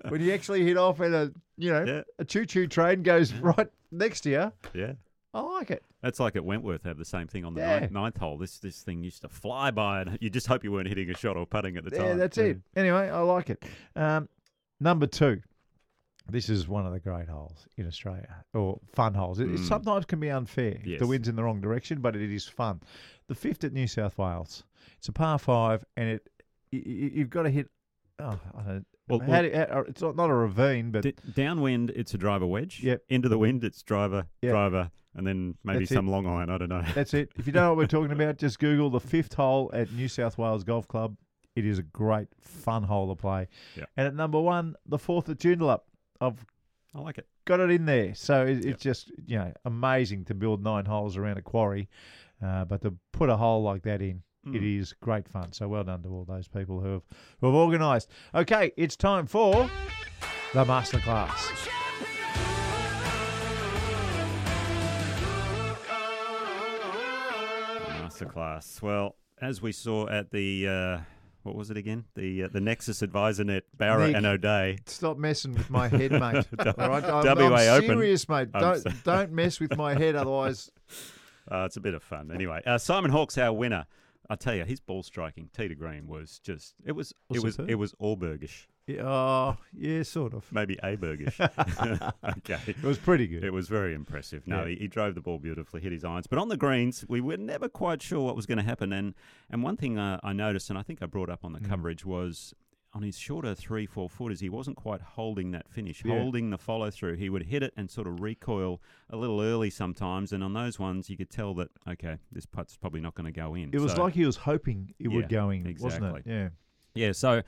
S3: when you actually hit off and a you know
S2: Yeah.
S3: a choo choo train goes right next to you,
S2: Yeah.
S3: I like it.
S2: That's like at Wentworth have the same thing on the
S3: Yeah.
S2: ninth, ninth hole. This this thing used to fly by, and you just hope you weren't hitting a shot or putting at the time.
S3: Yeah, that's it. Anyway, I like it. Um, number two. This is one of the great holes in Australia, or fun holes. It, it
S2: Mm.
S3: sometimes can be unfair if
S2: Yes.
S3: the wind's in the wrong direction, but it is fun. The fifth at New South Wales. It's a par five, and it you, you've got to hit. Oh, I don't,
S2: Well,
S3: how
S2: well-
S3: do- how- it's not, not a ravine, but
S2: D- downwind, it's a driver wedge.
S3: Yep.
S2: Into the wind, it's driver,
S3: Yep.
S2: driver, and then maybe
S3: That's it.
S2: some long iron. I don't know.
S3: that's it. If you don't know what we're talking about, just Google the fifth hole at New South Wales Golf Club. It is a great fun hole to play.
S2: Yeah.
S3: And at number one, the fourth at Joondalup. I've
S2: I like it.
S3: got it in there. So it, it's just you know amazing to build nine holes around a quarry, uh, but to put a hole like that in, it
S2: Mm.
S3: is great fun. So well done to all those people who have who have organised. Okay, it's time for the masterclass.
S2: Masterclass. Well, as we saw at the uh, what was it again? The uh, the Nexus Advisor Net Barra
S9: Nick.
S2: and O'Day.
S9: Stop messing with my head, mate. All right, I'm, I'm
S2: WA Open.
S9: serious, mate.
S2: I'm
S9: Don't
S2: so-
S9: don't mess with my head, otherwise
S2: Uh, it's a bit of fun anyway. Uh, Simon Hawke's our winner. I tell you, his ball striking, tee to green, was just it was it was
S9: superb.
S2: it was Allbergish,
S9: yeah, oh, yeah, sort of.
S2: maybe Abergish. okay.
S3: It was pretty good.
S2: It was very impressive. No,
S3: Yeah.
S2: he, he drove the ball beautifully, hit his irons. But on the greens, we were never quite sure what was going to happen. And and one thing uh, I noticed, and I think I brought up on
S3: Mm.
S2: the coverage, was on his shorter three, four footers, he wasn't quite holding that finish,
S3: Yeah.
S2: holding the follow through. He would hit it and sort of recoil a little early sometimes. And on those ones, you could tell that, okay, this putt's probably not going to go in.
S3: It was
S2: So-
S3: like he was hoping it would
S2: Yeah,
S3: go in, wasn't it?
S2: exactly.
S3: Yeah.
S2: yeah, so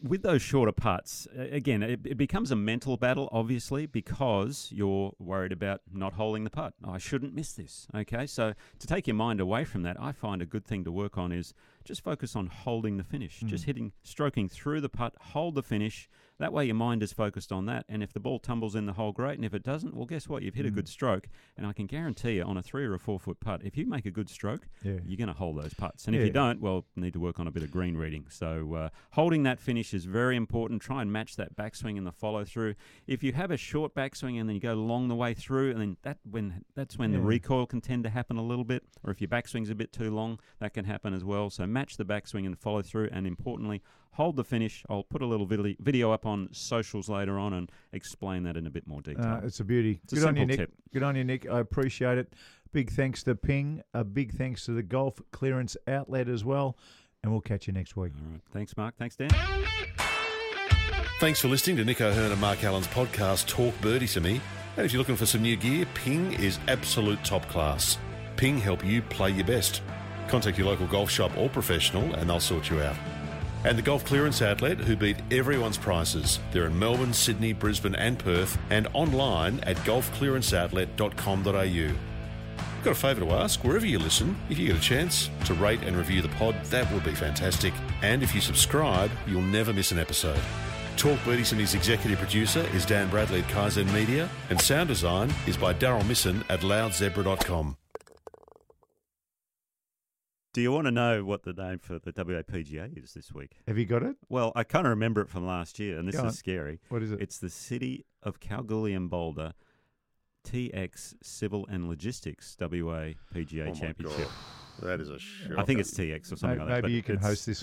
S2: with those shorter putts, a- again, it, it becomes a mental battle, obviously, because you're worried about not holding the putt. I shouldn't miss this. Okay, so to take your mind away from that, I find a good thing to work on is just focus on holding the finish, just hitting, stroking through the putt, hold the finish. That way, your mind is focused on that. And if the ball tumbles in the hole, great. And if it doesn't, well, guess what? You've hit a good stroke. And I can guarantee you, on a three or a four foot putt, if you make a good stroke,
S3: Yeah.
S2: you're going to hold those putts. And if
S3: Yeah.
S2: you don't, well, need to work on a bit of green reading. So uh, holding that finish is very important. Try and match that backswing and the follow through. If you have a short backswing and then you go long the way through, and then that when that's when the
S3: Yeah.
S2: recoil can tend to happen a little bit. Or if your backswing's a bit too long, that can happen as well. So match the backswing and follow through, and importantly, hold the finish. I'll put a little vide- video up on socials later on and explain that in a bit more detail.
S3: Uh, it's a beauty.
S2: It's a
S3: Good on you, Nick.
S2: simple
S3: Good on you, Nick. I appreciate it. Big thanks to Ping. A big thanks to the Golf Clearance Outlet as well. And we'll catch you next week.
S2: All right. Thanks, Mark. Thanks, Dan.
S4: Thanks for listening to Nick O'Hearn and Mark Allen's podcast, Talk Birdie to Me. And if you're looking for some new gear, Ping is absolute top class. Ping help you play your best. Contact your local golf shop or professional and they'll sort you out. And the Golf Clearance Outlet, who beat everyone's prices. They're in Melbourne, Sydney, Brisbane, and Perth, and online at golfclearanceoutlet.com.au. I've got a favour to ask wherever you listen. If you get a chance to rate and review the pod, that would be fantastic. And if you subscribe, you'll never miss an episode. Talk Birdies and his executive producer is Dan Bradley at Kaizen Media, and sound design is by Daryl Misson at loudzebra.com.
S2: Do you want to know what the name for the WAPGA is this week?
S3: Have you got it?
S2: Well, I kind of remember it from last year, and this
S3: Go on.
S2: is scary.
S3: What is it?
S2: It's the City of Kalgoorlie and Boulder TX Civil and Logistics WA PGA
S5: Oh my
S2: Championship.
S5: God. That is a shock.
S2: I think it's TX or something
S3: May-
S2: like that.
S3: maybe
S2: but
S3: you can
S2: it's-
S3: host this